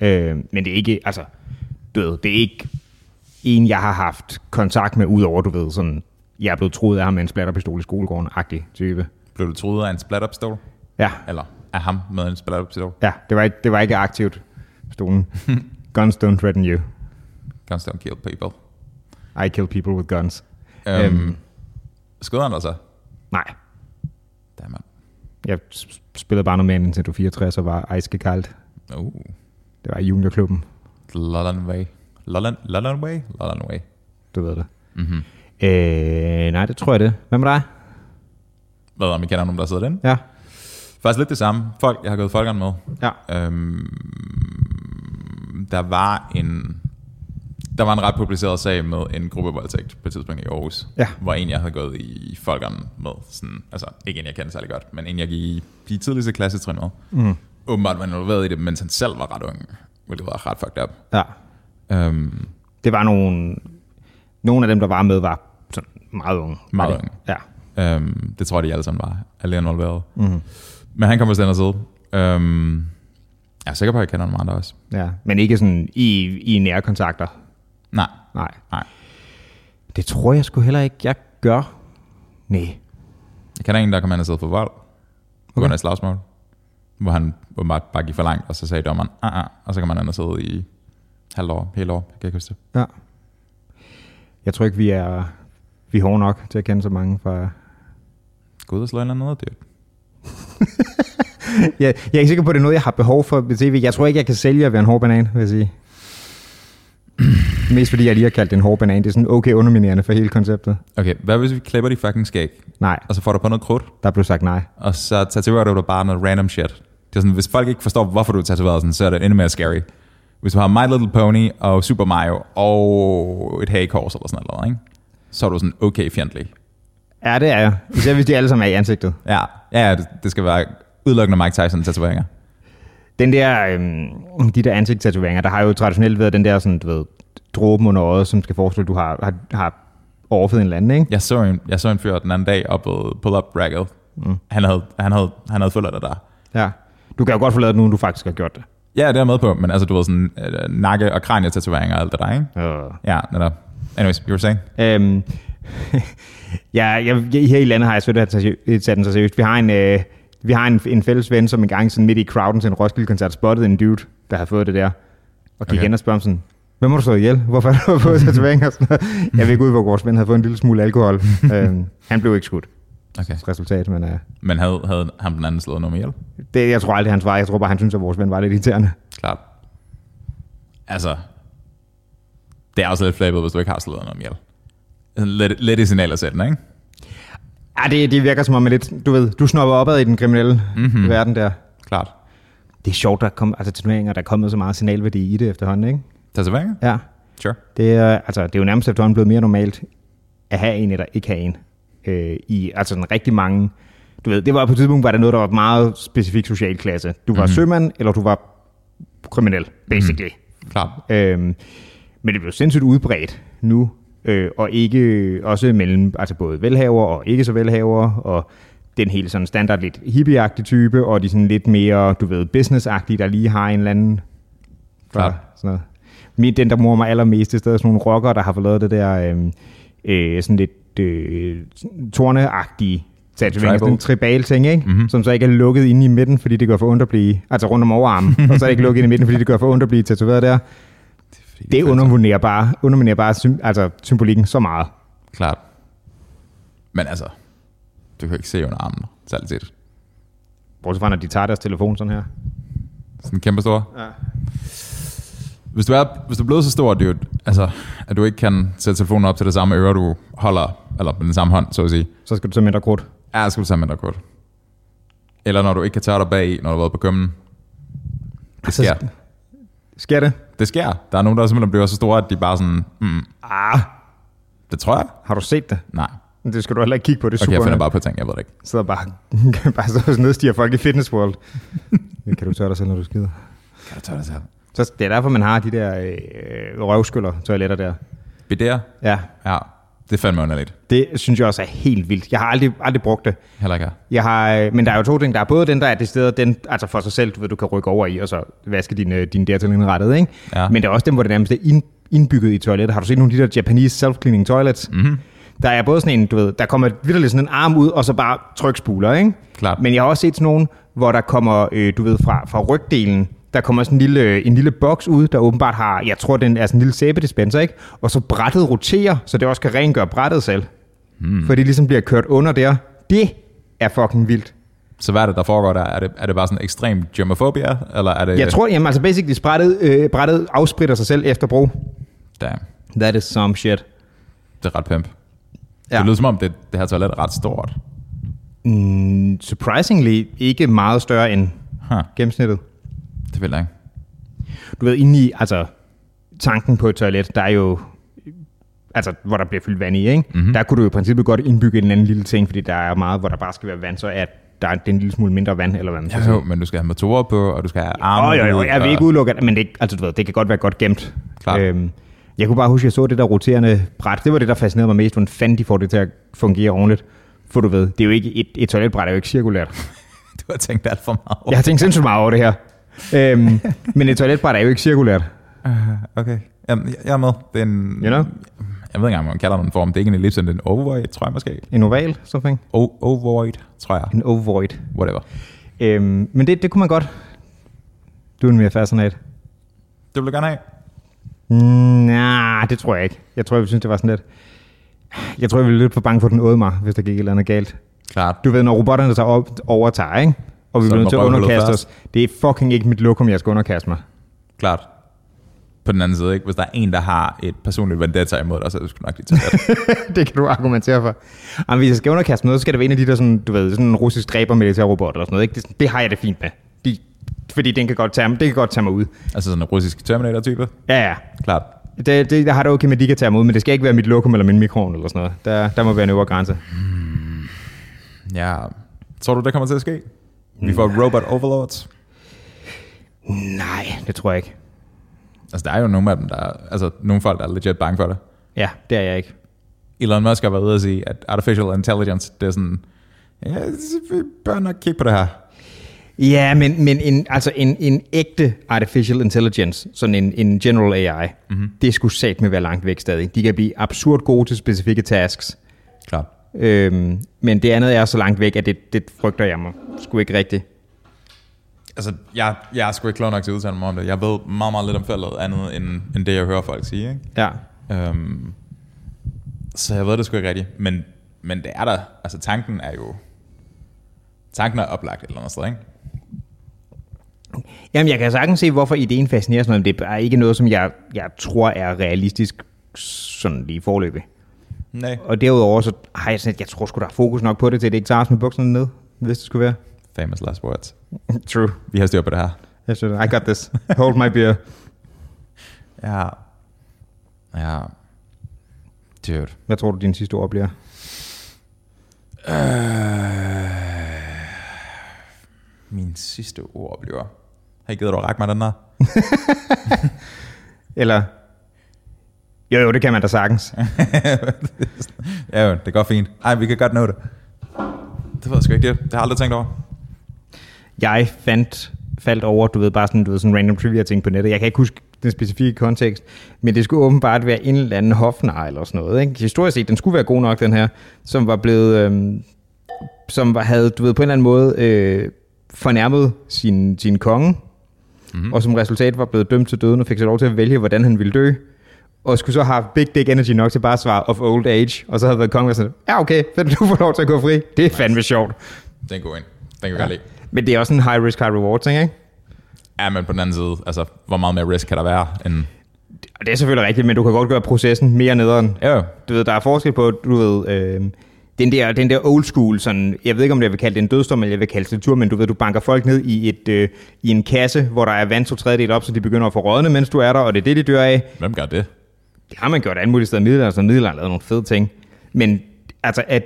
B: Øh, men det er ikke, altså, du ved, det er ikke en, jeg har haft kontakt med, udover, du ved, sådan, jeg er blevet troet af ham med en splatterpistol i skolegården-agtig type.
A: Blev du truet af en splatopstol?
B: Ja,
A: Eller af ham med en splatopstol?
B: ja det, var ikke, det var ikke aktivt, stolen. guns don't threaten you.
A: Guns don't kill people.
B: I kill people with guns.
A: Øhm,
B: Øhm.
A: øhm. Skød han dig så?
B: Nej,
A: Damn, man.
B: jeg s- spillede bare noget med Nintendo 64 og var ejskekaldt.
A: Uh.
B: Det var i juniorklubben.
A: Lolland Way. Lolland, Lolland Way? Lolland Way.
B: Du ved det.
A: Mm-hmm.
B: Øh, nej, det tror jeg det. Hvad med dig?
A: Hvad om I kender nogen, der sidder den?
B: Ja.
A: Faktisk lidt det samme. Folk, jeg har gået folkeren med.
B: Ja.
A: Øhm, der var en der var en ret publiceret sag med en gruppevoldtægt på et tidspunkt i Aarhus,
B: Ja.
A: hvor en, jeg havde gået i folkeren med. Sådan, altså, ikke en, jeg kendte særlig godt, men en, jeg gik i de tidligste klassetrin med. Mm. Åbenbart var involveret i det, mens han selv var ret ung, hvilket var ret fucked up.
B: ja.
A: Øhm,
B: Det var nogle... Nogle af dem, der var med, var sådan meget unge.
A: Meget
B: Var det?
A: unge.
B: Ja.
A: Øhm, det tror jeg, de alle sammen var. Alle involveret. Mm. Men han kommer til den her side. Øhm, jeg er sikker på, at jeg kender nogle andre også.
B: ja. Men ikke sådan i, i nære kontakter.
A: Nej,
B: Nej.
A: nej.
B: Det tror jeg sgu heller ikke, jeg gør. Nej.
A: Jeg kender en, der kom ind og sidde for vold. På grund af et slagsmål. Hvor han åbenbart bare gik for langt, og så sagde dommeren, ah, ah, og så kan man ind og sidde i halvt år, hele år. Jeg kan ikke huske det.
B: Ja. Jeg tror ikke, vi er, vi er hårde nok til at kende så mange fra...
A: Gå ud og slå en eller anden ned, det
B: Jeg, jeg er ikke sikker på, at det er noget, jeg har behov for ved tv. Jeg tror ikke, jeg kan sælge at være en hård banan, vil jeg sige. Mest fordi jeg lige har kaldt det en hård banan. Det er sådan okay underminerende for hele konceptet.
A: Okay, hvad hvis vi klipper de fucking skæg,
B: Nej,
A: og så får du på noget krudt,
B: der blev sagt nej.
A: og så tatoverer du dig bare noget random shit. Det er sådan, hvis folk ikke forstår, hvorfor du er tatoveret, sådan, så er det endnu mere scary. Hvis du har My Little Pony og Super Mario og et hagekors eller sådan noget, ikke? så er du sådan okay fjendtlig.
B: Ja, det er jeg. Især hvis de alle sammen er i ansigtet.
A: Ja, ja ja, det, det skal være udelukkende Mike Tyson tatoveringer.
B: Den der, øhm, de der ansigtstatoveringer, der har jo traditionelt været den der sådan, du ved, dråben under øjet, som skal forestille, at du har, har, har overfødet en eller anden, ikke?
A: Jeg så en, jeg så en fyr den anden dag op ved pull-up racket. Mm. Han havde, han havde, han havde fulgt det der.
B: Ja. Du kan jo godt forlade det nu, du faktisk har gjort det.
A: Ja, det er jeg med på, men altså du ved sådan øh, nakke- og kranietatoveringer og alt det der, ikke?
B: Uh.
A: Ja, netop. Anyways, you were saying?
B: Øhm, (laughs) ja, jeg, jeg, her i landet har jeg svært at tage seri- tage den så seriøst. Vi har en, øh, vi har en, en fælles ven, som en gang sådan midt i crowden til en Roskilde-koncert spottede en dude, der havde fået det der. Og gik
A: Okay.
B: okay. hen og spørger om sådan, hvem har du slået ihjel? Hvorfor har du (laughs) fået tatoveringer? og sådan noget. Jeg ved ikke ud, hvor vores ven havde fået en lille smule alkohol. øhm, han blev ikke skudt.
A: Okay.
B: Resultat, men øh,
A: Men havde, havde ham den anden slået noget med hjælp?
B: det, jeg tror aldrig, han svarer. Jeg tror bare, han synes, at vores ven var lidt irriterende.
A: Klart. Altså, det er også lidt flabet, hvis du ikke har slået noget ihjel. Sådan Lidt, lidt i signaler sætten, ikke?
B: Ja, det, det virker som om, at lidt, du ved, du snopper opad i den kriminelle mm-hmm. verden der.
A: Klart.
B: Det er sjovt, der kom, altså tatoveringer, der er kommet så meget signalværdi i det efterhånden, ikke?
A: Tatoveringer?
B: Ja.
A: Sure.
B: Det er, altså, det er jo nærmest efterhånden blevet mere normalt, at have en eller ikke have en. Øh, i, altså sådan rigtig mange, du ved, det var på et tidspunkt, var der noget, der var meget specifik social klasse. Du var mm-hmm. sømand, eller du var kriminel, basically.
A: Klart.
B: Mm. Øhm, men det blev sindssygt udbredt nu, øh, og ikke også mellem altså både velhaver og ikke så velhaver, og den helt sådan standard lidt hippieagtige type, og de sådan lidt mere, du ved, businessagtige, der lige har en eller anden...
A: Klart.
B: Sådan noget. Men den, der morer mig allermest, det er stadig sådan nogle rockere, der har fået lavet det der øh, øh, sådan lidt øh, torneagtige
A: Tribal. Mhm.
B: tatovering, sådan en tribal ting, ikke? Mm-hmm. som så ikke er lukket inde i midten, fordi det gør for ondt at blive, altså rundt
A: (laughs)
B: om overarmen, og så er det ikke lukket inde i midten, fordi det gør for ondt at blive tatoveret der. Det underminerer bare, underminerer bare sym, altså symbolikken så meget.
A: Klart. Men altså, du kan ikke se under armen, særligt set.
B: Bortset fra, når de tager deres telefon sådan her.
A: Sådan kæmpe stor.
B: Ja.
A: Hvis du, er, hvis du er blevet så stor, dude, altså, at du ikke kan sætte telefonen op til det samme øre, du holder, eller med den samme hånd, så at sige,
B: Så skal du så mindre krudt.
A: ja, så skal du tage mindre kort. Eller når du ikke kan tørre dig bag i, når du har været på kømmen. Det
B: Altså,
A: sker.
B: Sker det?
A: Det sker. Der er nogen, der simpelthen bliver så store, at de bare sådan, mm,
B: Ah,
A: det tror jeg.
B: har du set det?
A: Nej.
B: Men Det skal du heller ikke kigge på, det er
A: Okay,
B: super.
A: jeg finder bare på ting, jeg ved det ikke.
B: Sidder bare, bare (laughs) så nedstiger folk i
A: (laughs)
B: Fitness World. Det kan du tørre dig selv, når du skider.
A: Kan du tørre dig selv?
B: Så det er derfor, man har de der øh, røvskyller toiletter der.
A: Bidéer?
B: Ja,
A: Ja. Det er fandme underligt.
B: det synes jeg også er helt vildt. Jeg har aldrig, aldrig brugt det.
A: Heller ikke her.
B: Jeg har, øh, men der er jo to ting. Der er både den, der er det sted, den, altså for sig selv, du ved, du kan rykke over i, og så vaske din, øh, din dertil indrettet, ikke?
A: Ja.
B: Men der er også dem, hvor det nærmest er ind, indbygget i toilettet. Har du set nogle af de der Japanese self-cleaning toilets? Mm-hmm. Der er både sådan en, du ved, der kommer vidderligt sådan en arm ud, og så bare trykspuler, ikke?
A: Klart.
B: Men jeg har også set sådan nogen, hvor der kommer, øh, du ved, fra, fra rygdelen, der kommer sådan en lille, øh, en lille boks ud, der åbenbart har, jeg tror, den er sådan en lille sæbedispenser, ikke? Og så brættet roterer, så det også kan rengøre brættet selv. Mm. For det ligesom bliver kørt under der. Det er fucking vildt.
A: Så hvad er det, der foregår der? Er det, er det bare sådan ekstrem germofobia? Eller er det...
B: Jeg tror, jamen altså basically brættet, øh, brættet afspritter sig selv efter brug.
A: Damn,
B: That is some shit.
A: det er ret pimp. Ja.
B: Ja.
A: Det lyder som om, det, det her toilet er ret stort.
B: Mm, surprisingly ikke meget større end
A: Huh,
B: gennemsnittet.
A: det vil jeg ikke.
B: Du ved, inde i, altså tanken på et toilet, der er jo altså, hvor der bliver fyldt vand i, ikke? Mm-hmm. Der kunne du jo i princippet godt indbygge en anden lille ting, fordi der er meget, hvor der bare skal være vand, så at der er det er en lille smule mindre vand, eller hvad man skal
A: Jo, men du skal have motorer på, og du skal have arme.
B: Åh, jo, jo,
A: ud,
B: jeg vil
A: og-
B: ikke udelukke, at- men det, altså, du ved, det kan godt være godt gemt.
A: Klart.
B: Øhm, jeg kunne bare huske, at jeg så det der roterende bræt. Det var det, der fascinerede mig mest. Hvordan fanden de får det til at fungere ordentligt? For du ved, det er jo ikke et, et toiletbræt, er jo ikke cirkulært.
A: (laughs) Du har tænkt alt for meget.
B: Jeg har tænkt sindssygt meget over det her. Øhm, men et toiletbræt er jo ikke cirkulært.
A: Uh, okay. Jamen, jeg- jeg er med. Det er en...
B: You know?
A: Jeg ved ikke engang, om man kalder den form. Det er ikke en ellipse, det er en ovoid, tror jeg måske.
B: En oval, something.
A: O- ovoid, tror jeg.
B: En ovoid.
A: Whatever.
B: Øhm, men det, det kunne man godt. Du er en mere fascinat.
A: Det vil jeg gerne have.
B: Mm, nej, det tror jeg ikke. Jeg tror, jeg synes, det var sådan lidt... Jeg tror, jeg ville lidt for bange for, at den åd mig, hvis der gik et eller andet galt.
A: Klart.
B: du ved, når robotterne så op, overtager, ikke? og vi
A: Så
B: bliver
A: er
B: nødt til at
A: bare hullet
B: underkaste
A: fast.
B: os. Det er fucking ikke mit lokum, jeg skal underkaste mig. (laughs)
A: Klart. På den anden side, ikke? hvis der er en, der har et personligt vendetta imod dig, så er det sgu nok lige tage
B: (laughs)
A: det.
B: det kan du argumentere for. Jamen, hvis jeg skal underkaste noget, så skal det være en af de der, sådan, du ved, sådan en russisk dræber militærrobot eller sådan noget. Ikke? Det, er sådan- det, har jeg det fint med. De, fordi den kan godt tage, det kan godt tage mig ud.
A: altså sådan en russisk Terminator-type.
B: Ja, ja.
A: Klart.
B: Det, det, jeg har det okay med, at de kan tage mig ud, men det skal ikke være mit lokum eller min mikron eller sådan noget. Der, der må være en øvre grænse.
A: Ja. Tror du, det kommer til at ske?
B: Mm.
A: Vi får robot overlords.
B: Nej, det tror jeg ikke.
A: Altså, der er jo nogle af dem, der er, altså, nogle folk, der er legit bange for det.
B: Ja, det er jeg ikke.
A: Elon Musk har været ude og sige, at artificial intelligence, det er sådan, ja, vi bør nok kigge på det her.
B: Ja, men, men en, altså en, en ægte artificial intelligence, sådan en, en general AI, mm-hmm. det skulle sat med være langt væk stadig. De kan blive absurd gode til specifikke tasks,
A: Klart.
B: øhm, men det andet er så langt væk, at det, det frygter jeg mig sgu ikke rigtigt.
A: Altså, jeg, jeg er sgu ikke klog nok til at udtale mig om det. Jeg ved meget, meget lidt om feltet andet, end, end det, jeg hører folk sige, ikke?
B: Ja.
A: Øhm, så jeg ved det sgu ikke rigtigt. Men, men det er der. Altså tanken er jo... Tanken er oplagt et eller andet sted, ikke?
B: Jamen, jeg kan sagtens se, hvorfor ideen fascinerer mig, men det er bare ikke noget, som jeg, jeg tror er realistisk sådan lige forløbig.
A: Nej.
B: Og derudover, så har jeg sådan, at jeg tror sgu, der er fokus nok på det, til at det ikke tager os med bukserne ned, hvis det skulle være.
A: Famous last words.
B: True.
A: Vi har styr på det her.
B: Jeg synes, I got this. Hold my beer.
A: Ja. Ja. Dude.
B: Hvad tror du, din sidste ord bliver?
A: Øh, min sidste ord bliver... Har I givet dig at række mig den der?
B: Eller... Jo, jo, det kan man da sagtens.
A: (laughs) ja, jo, det går fint. Ej, vi kan godt nå det. Det ved jeg sgu ikke. Det, det har jeg aldrig tænkt over.
B: Jeg fandt, faldt over, du ved, bare sådan, du ved, sådan random trivia ting på nettet. Jeg kan ikke huske den specifikke kontekst, men det skulle åbenbart være en eller anden hofnar eller sådan noget. Ikke? Historisk set, den skulle være god nok, den her, som var blevet, øhm, som var, havde, du ved, på en eller anden måde øh, fornærmet sin, sin konge, mm-hmm. og som resultat var blevet dømt til døden og fik så lov til at vælge, hvordan han ville dø, og skulle så have haft big dick energy nok til bare at svare of old age, og så havde været kongen og sådan, ja okay, fedt, du får lov til at gå fri. Det er fandme sjovt.
A: Den går ind. Den kan vi ja. godt lide.
B: Men det er også en high risk, high reward ting, ikke?
A: Ja, men på den anden side, altså, hvor meget mere risk kan der være end...
B: Og det er selvfølgelig rigtigt, men du kan godt gøre processen mere nederen.
A: Ja, jo.
B: Du ved, der er forskel på, du ved, øh, den, der, den der old school, sådan, jeg ved ikke, om jeg vil kalde det en dødsdom, eller jeg vil kalde det en tur, men du ved, du banker folk ned i, et, øh, i en kasse, hvor der er vand to tredjedel op, så de begynder at få rådne, mens du er der, og det er det, de dør af.
A: Hvem gør det?
B: Det har man gjort alle mulige steder i middelalderen, så middelalderen lavede nogle fede ting. Men altså, at,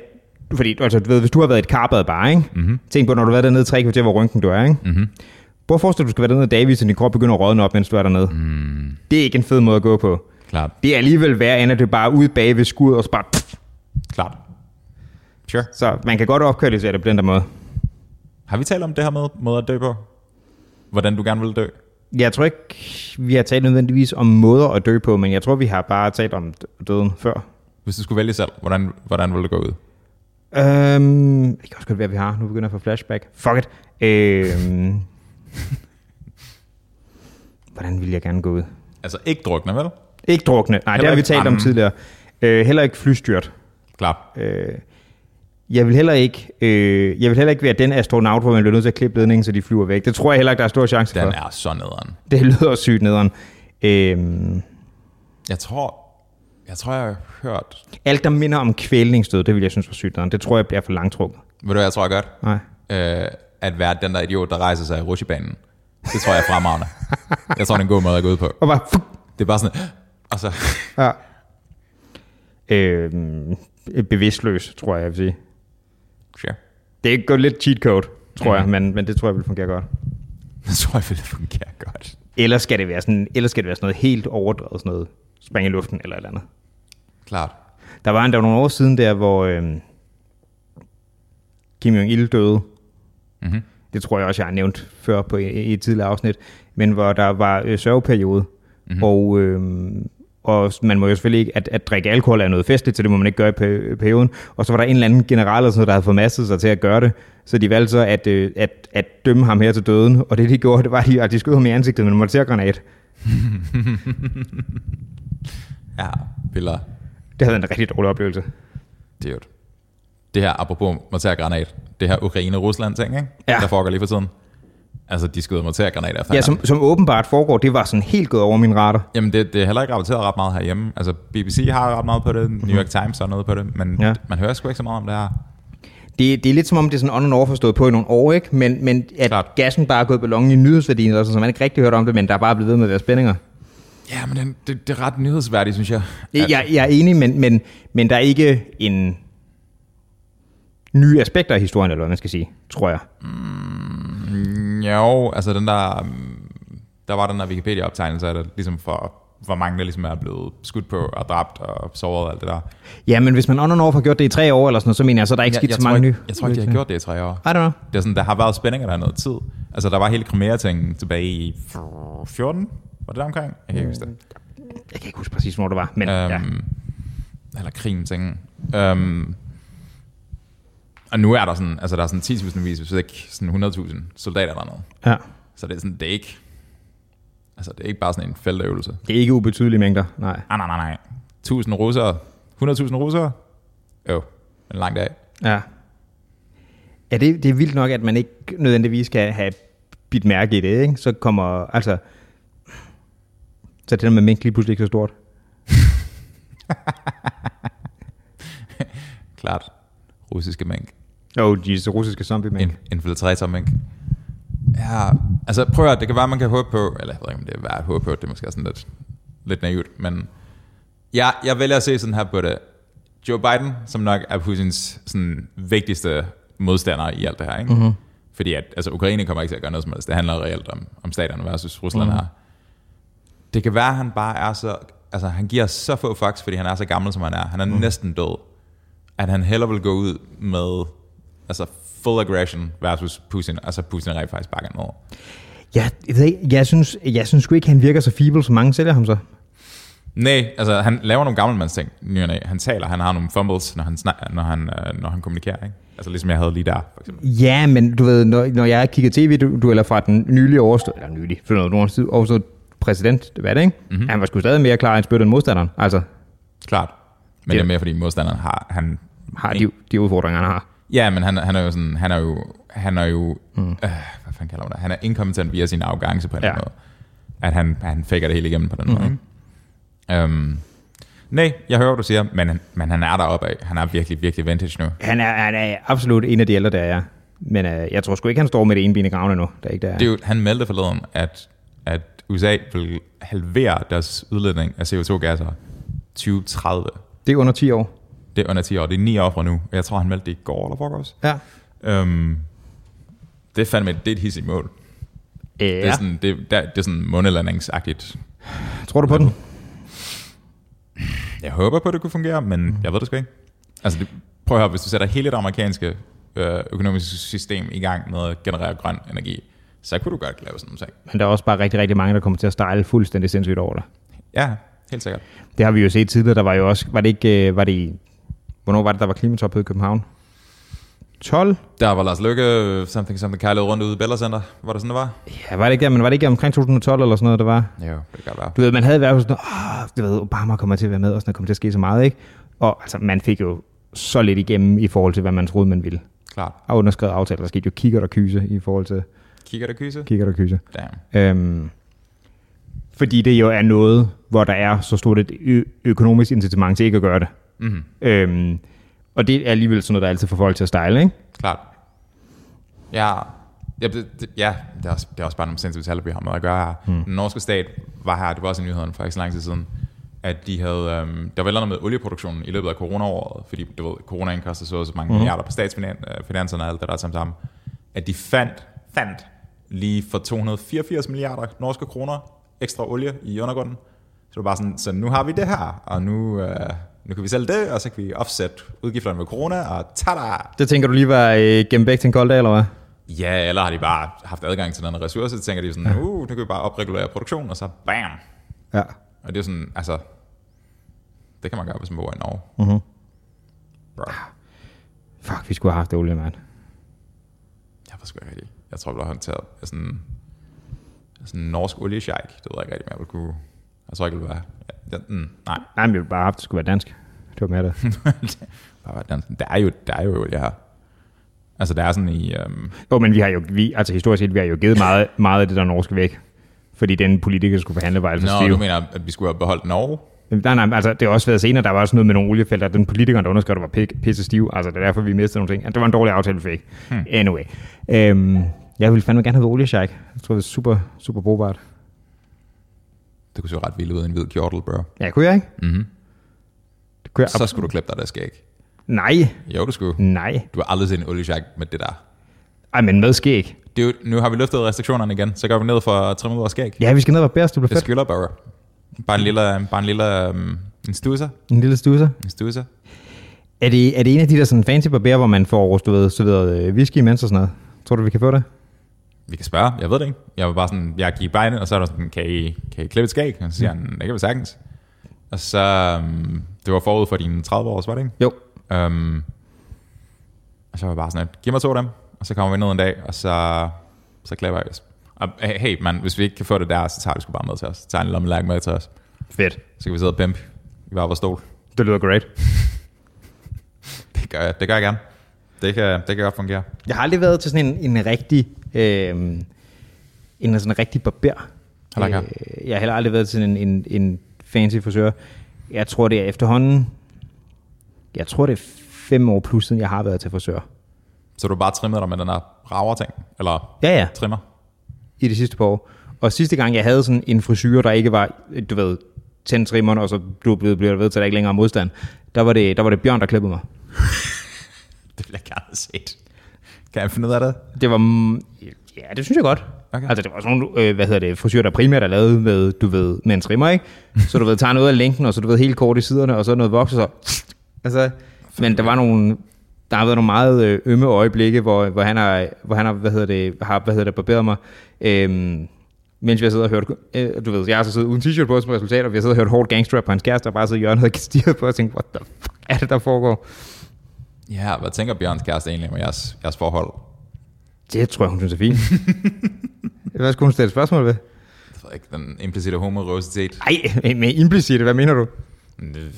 B: fordi, altså, du ved, hvis du har været i et karbad bare, ikke? Mm-hmm. tænk på, når du har været dernede i tre kvarter, hvor rynken du er, ikke? Mm-hmm. Prøv at forestille dig, at du skal være dernede i dagvis, og din krop begynder at rådne op, mens du er dernede. Mm. Det er ikke en fed måde at gå på.
A: Klart.
B: Det er alligevel værre, end at det bare er ude bag ved skud og så bare...
A: Klart. Sure.
B: Så man kan godt opkvalificere det på den der måde.
A: Har vi talt om det her med måder at dø på? Hvordan du gerne vil dø?
B: Jeg tror ikke, vi har talt nødvendigvis om måder at dø på, men jeg tror, vi har bare talt om døden før.
A: Hvis du skulle vælge selv, hvordan, hvordan ville du gå ud?
B: Øhm, det kan også godt være, at vi har. Nu begynder jeg at få flashback. Fuck it. Øhm, (laughs) hvordan ville jeg gerne gå ud?
A: Altså ikke drukne, vel?
B: Ikke drukne. Nej, det
A: Heller
B: har vi
A: ikke
B: talt om
A: brænde.
B: tidligere. Øh, heller ikke flystyrt.
A: Klart.
B: Øh, jeg vil heller ikke, øh, jeg vil heller ikke være den astronaut, hvor man bliver nødt til at klippe ledningen, så de flyver væk. Det tror jeg heller ikke, der er stor chance
A: Den
B: for.
A: er så nederen.
B: Det lyder også sygt nederen. Øhm,
A: Jeg tror, jeg tror, jeg har hørt...
B: alt, der minder om kvælningsdød, det vil jeg synes var sygt nederen. Det tror jeg bliver for langtrukket.
A: Ved du, hvad jeg tror godt?
B: Nej.
A: Øh, at være den der idiot, der rejser sig i rutsjebanen. Det tror jeg er fremragende. jeg tror, det er en god måde at gå ud på.
B: Og bare, fuck.
A: Det er bare sådan... Og så...
B: Ja. Øhm, bevidstløs, tror jeg, jeg vil sige.
A: Sure.
B: Det er godt lidt cheat code, tror jeg, men, men det tror jeg vil fungere godt.
A: Det tror jeg, det fungerer godt.
B: Eller skal det være sådan, eller skal det være sådan noget helt overdrevet, sådan noget spring i luften eller et eller andet.
A: Klart.
B: Der var endda nogle år siden der, hvor øhm, Kim Jong-il døde.
A: Mhm.
B: Det tror jeg også, jeg har nævnt før på i, i et tidligere afsnit. Men hvor der var øh, sørgeperiode. Mm-hmm. Og, øhm, og s- man må jo selvfølgelig ikke, at, at drikke alkohol er noget festligt, så det må man ikke gøre i pe- perioden. Og så var der en eller anden general, eller sådan noget, der havde formastet sig til at gøre det. Så de valgte så at, øh, at, at dømme ham her til døden. Og det de gjorde, det var, at de, at de skød ham i ansigtet med en mortergranat.
A: Ja, billeder.
B: Det havde været en rigtig dårlig oplevelse.
A: Det er jo det her, apropos mortærgranat, det her Ukraine-Rusland-ting, ikke?
B: Ja.
A: Der foregår lige for tiden. Altså, de skyder mortærgranater efter
B: Ja,
A: hinanden.
B: som, som åbenbart foregår, det var sådan helt gået over min radar.
A: Jamen, det, det er heller ikke rapporteret ret meget herhjemme. Altså, BBC har ret meget på det, New York Times har noget på det, men
B: Mhm. Ja.
A: ja. man hører sgu ikke så meget om det her.
B: Det, det er lidt som om, det er sådan on and off forstået på i nogle år, ikke? Men, men at Klart.
A: Klart.
B: gassen bare er gået ballongen i nyhedsværdien, eller sådan, så man har ikke rigtig hørt om det, men der er bare blevet ved med at være spændinger.
A: Ja, men den, det, det er ret nyhedsværdigt, synes jeg.
B: Jeg,
A: At-
B: jeg, jeg er enig, men, men, men der er ikke en nye aspekter af historien, eller hvad man skal sige, tror jeg.
A: Jo, altså den der... mm, Der var den der Wikipedia-optegnelse af det, ligesom for hvor mange der ligesom er blevet skudt på og dræbt og såret og alt det der.
B: Ja, men hvis man on and off har gjort det i tre år, eller sådan noget, så mener jeg, så er der ikke
A: Jeg,
B: skidt
A: jeg,
B: så
A: tror
B: mange nye.
A: ikke, jeg tror ikke, de har gjort det i tre år.
B: I don't know.
A: Det er sådan, der har været spændinger der i noget tid. Altså, der var hele Crimea-tingen tilbage i 14, var det der omkring? Jeg kan ikke huske det.
B: Jeg kan ikke huske præcis, hvor det var, men um, ja.
A: Øhm, ja. Eller krigen-tingen. Øhm, og nu er der sådan, altså der er sådan 10.000 vis, hvis ikke sådan 100.000 soldater dernede.
B: ja.
A: Så det er sådan, det er ikke, altså det er ikke bare sådan en feltøvelse.
B: Det er ikke ubetydelige mængder, nej.
A: Ah, nej, nej, nej. 1000 russere. 100.000 russere? Jo, en lang dag.
B: Ja. Ja, det, det er vildt nok, at man ikke nødvendigvis kan have bidt mærke i det, ikke? Så kommer, altså... Så det der med mink lige pludselig ikke så stort.
A: Klart. Russiske mink.
B: Oh, de så russiske zombie mink.
A: In- infiltrator mink. Ja, altså prøv at høre, det kan være, man kan håbe på, eller jeg ved ikke, om det er værd at håbe på, det er måske sådan lidt, lidt naivt, men Ja, jeg vælger at se sådan her på det. Joe Biden, som nok er Putins sådan, vigtigste modstander i alt det her. Ikke? Mm-hmm. Fordi at, altså, Ukraine kommer ikke til at gøre noget som helst. Det handler reelt om, om staterne versus Rusland mm-hmm. her. Det kan være, at han bare er så... Altså, han giver så få fucks, fordi han er så gammel, som han er. Han er mm. næsten død. At han heller vil gå ud med altså, full aggression versus Putin. Altså, Putin er rent faktisk bakker noget.
B: Jeg, jeg, ved ikke, jeg, synes, jeg synes sgu ikke, han virker så feeble, som mange sælger ham så.
A: Nej, altså han laver nogle gammelmandsting, ny og næ. Han taler, han har nogle fumbles, når han, snak, når han, øh, når han kommunikerer. Ikke? Altså ligesom jeg havde lige der, for eksempel.
B: Ja, men du ved, når, når jeg kigger tv-dueller fra den nylige overståede, eller nylig, for noget års tid, overstået præsidentdebat, ikke? Mm-hmm. Han var sgu stadig mere klar end spytter end modstanderen. Altså,
A: Klart. Men det,
B: Det-
A: det er mere, fordi modstanderen har... Han,
B: har de, de udfordringer, han har.
A: ja, men han, han er jo sådan... Han er jo... Han er jo mm. øh, hvad fanden kalder man det? Han er inkompetent via sin arrogance på en
B: Ja.
A: ja. måde. At han, han faker det hele igennem på den mm-hmm. måde. ikke? Øhm, nej, jeg hører, hvad du siger, men, men han er deroppe af. Han er virkelig, virkelig vintage nu.
B: Han er, han er absolut en af de ældre, der er. Men øh, jeg tror sgu ikke, han står med det ene ben i graven endnu. Der er ikke der.
A: Det er jo, han meldte forleden, at, at USA vil halvere deres udledning af CO2-gasser 2030.
B: det er under 10 år.
A: Det er under 10 år. Det er 9 år fra nu. Jeg tror, han meldte det i går eller forgårs.
B: Ja.
A: Øhm, det er fandme det er et hissigt mål.
B: Øh,
A: Det er sådan, det, der, det er sådan månelandingsagtigt.
B: tror du på den?
A: Jeg håber på, at det kunne fungere, men jeg ved det sgu ikke. Altså, det, prøv at høre, hvis du sætter hele det amerikanske øh, økonomiske system i gang med at generere grøn energi, så kunne du godt lave sådan nogle ting.
B: Men der er også bare rigtig, rigtig mange, der kommer til at stejle fuldstændig sindssygt over det.
A: Ja, helt sikkert.
B: Det har vi jo set tidligere. Der var jo også, var det ikke, øh, var det i, hvornår var det, der var klimatopmøde i København? 12?
A: Der var Lars Løkke, øh, something, something, kejlede rundt ude i Bella Center. Var det sådan, det var?
B: Ja, var det ikke der, men var det ikke omkring 2012 eller sådan noget, der var?
A: Jo, det kan godt være.
B: Du ved, man havde været sådan, Åh, du ved, Obama kommer til at være med, og sådan der kommer til at ske så meget, ikke? Og altså, man fik jo så lidt igennem i forhold til, hvad man troede, man ville.
A: Klart.
B: Og underskrevet aftaler, der skete jo kikkert og kyse i forhold til
A: Kigger der kyse?
B: kikkert og kyse.
A: Damn.
B: Øhm, fordi det jo er noget, hvor der er så stort et ø- økonomisk incitament til ikke at gøre det.
A: Mhm.
B: Øhm, og det er alligevel sådan noget, der altid får folk til at style, ikke?
A: Klart. Ja, ja, det, det, ja det, er også, det er også bare nogle sindssyge tal, vi har med at gøre her. Mm. Den norske stat var her, det var også i nyhederne for ikke så lang tid siden, at de havde, øhm, der var et eller andet med olieproduktionen i løbet af coronaåret, fordi du ved, coronaen koster så, og så mange mm. milliarder på statsfinanserne og alt det der sammen sammen, at de fandt, fandt lige for 284 milliarder norske kroner ekstra olie i undergrunden. Så det var bare sådan, så nu har vi det her, og nu, øh, nu kan vi sælge det, og så kan vi offset udgifterne med corona, og tada!
B: Det tænker du lige var øh, gemt væk til en kold dag, eller hvad?
A: Ja, eller har de bare haft adgang til den ressource, så tænker de sådan, uh, nu kan vi bare opregulere produktionen, og så bam.
B: Ja.
A: Og det er sådan, altså, det kan man gøre, hvis man bor i Norge.
B: Mhm.
A: Bro,
B: Fuck, vi skulle have haft det olie, mand.
A: jeg ved sgu ikke rigtigt. Jeg tror, vi har håndteret af sådan, sådan en norsk oliesjejk. Det ved jeg ikke rigtigt, men jeg vil kunne... Jeg tror ikke, det ville være... Ja, mm, nej,
B: Nej, men vi ville bare have haft, det skulle være dansk. Det var mere det. (laughs)
A: bare være dansk. Der er jo, der er jo olie her. Altså, der er sådan i... Øhm,
B: Jo, men vi har jo, vi, altså historisk set, vi har jo givet meget, meget af det, der norske væk. Fordi den politiker, der skulle forhandle, var altså
A: Nå,
B: stiv.
A: du mener, at vi skulle have beholdt Norge?
B: Nej, nej, altså det har også været senere, der var også noget med nogle oliefelter, den politiker, der underskrev, der var pik- pisse stiv, altså det er derfor, vi mistede nogle ting. Det var en dårlig aftale, vi fik. Hmm. Anyway. Øhm, jeg ville fandme gerne have været oliesjæk. Jeg tror, det er super, super brugbart.
A: Det kunne se ret vildt ud i en hvid kjortel, bro.
B: Ja, kunne jeg ikke?
A: Mhm.
B: Det kunne jeg,
A: Så skulle du klippe dig, der skal ikke.
B: Nej,
A: Jo, du skulle.
B: nej.
A: Du har aldrig set en olieshark med det der.
B: Ej, men med skæg.
A: Det er jo, nu har vi løftet restriktionerne igen, så går vi ned for trimmet og skæg.
B: Ja, vi skal ned og bæres, det bliver
A: Det
B: fedt.
A: skylder bare. Bare en lille, bare en lille um, en stusser.
B: En lille stusser.
A: En stusser.
B: Er det, er det en af de der sådan fancy barberer, hvor man får du ved, serveret øh, whisky imens og sådan noget? Tror du, vi kan få det?
A: Vi kan spørge, jeg ved det ikke. Jeg var bare sådan, jeg gik bare ind, og så er der sådan, kan I, kan I klippe et skæg? Og så
B: Mm.
A: siger han, det kan vi sagtens. Og så, um, det var forud for dine 30 år, var det ikke?
B: Jo.
A: Um, og så var jeg bare sådan, at giv mig to af dem, og så kommer vi ned en dag, og så, så klipper jeg os. Og hey, hey man, hvis vi ikke kan få det der, så tager vi sgu bare med til os. Så tager en lommelærk med til os.
B: Fedt.
A: Så kan vi sidde og pimpe i hver vores stol.
B: Det lyder great.
A: Det gør jeg, det gør jeg gerne. Det kan, det kan godt fungere.
B: Jeg har aldrig været til sådan en, en rigtig... Øh, en sådan en rigtig barber. Øh,
A: Har du ikke
B: jeg har heller aldrig været til en, en, en fancy frisør. Jeg tror, det er efterhånden... Jeg tror, det er fem år plus, siden jeg har været til frisør.
A: Så du bare trimmet dig med den der rager ting? Eller
B: Ja, ja.
A: trimmer?
B: I de sidste par år. Og sidste gang, jeg havde sådan en frisyr, der ikke var, øh, du ved, tændte trimmerne, og så du blev, blev ved til, at der ikke længere er modstand. Der var, det, der var det Bjørn, der klippede mig.
A: Det vil jeg gerne have set. Kan jeg finde ud af det?
B: Det var... mm, Ja, det synes jeg godt.
A: Okay.
B: Okay. Altså, det var sådan nogle, øh, hvad hedder det, frisyrer, der primært er lavet med, du ved, med en trimmer, ikke? Så du ved, tager noget af længden, og så du ved, helt kort i siderne, og så noget voks, og så... Altså, men der var nogle... Der har været nogle meget øh, ømme øjeblikke, hvor, hvor han har, hvor han har, hvad hedder det, har, hvad hedder det, barberet mig. Øhm, mens vi har siddet og hørt, øh, du ved, jeg har så siddet uden t-shirt på som resultat, og vi har siddet og hørt hårdt gangstrap på hans kæreste, og bare siddet i hjørnet og stirret på og tænkt, what the fuck er det, der foregår?
A: Ja, hvad tænker Bjørns kæreste egentlig om jeres, jeres forhold?
B: Det tror jeg, hun synes er fint. hvad skulle hun stille et spørgsmål ved?
A: Jeg ved ikke, den implicite homoerositet.
B: Ej, med implicit, hvad mener du?
A: Det øh,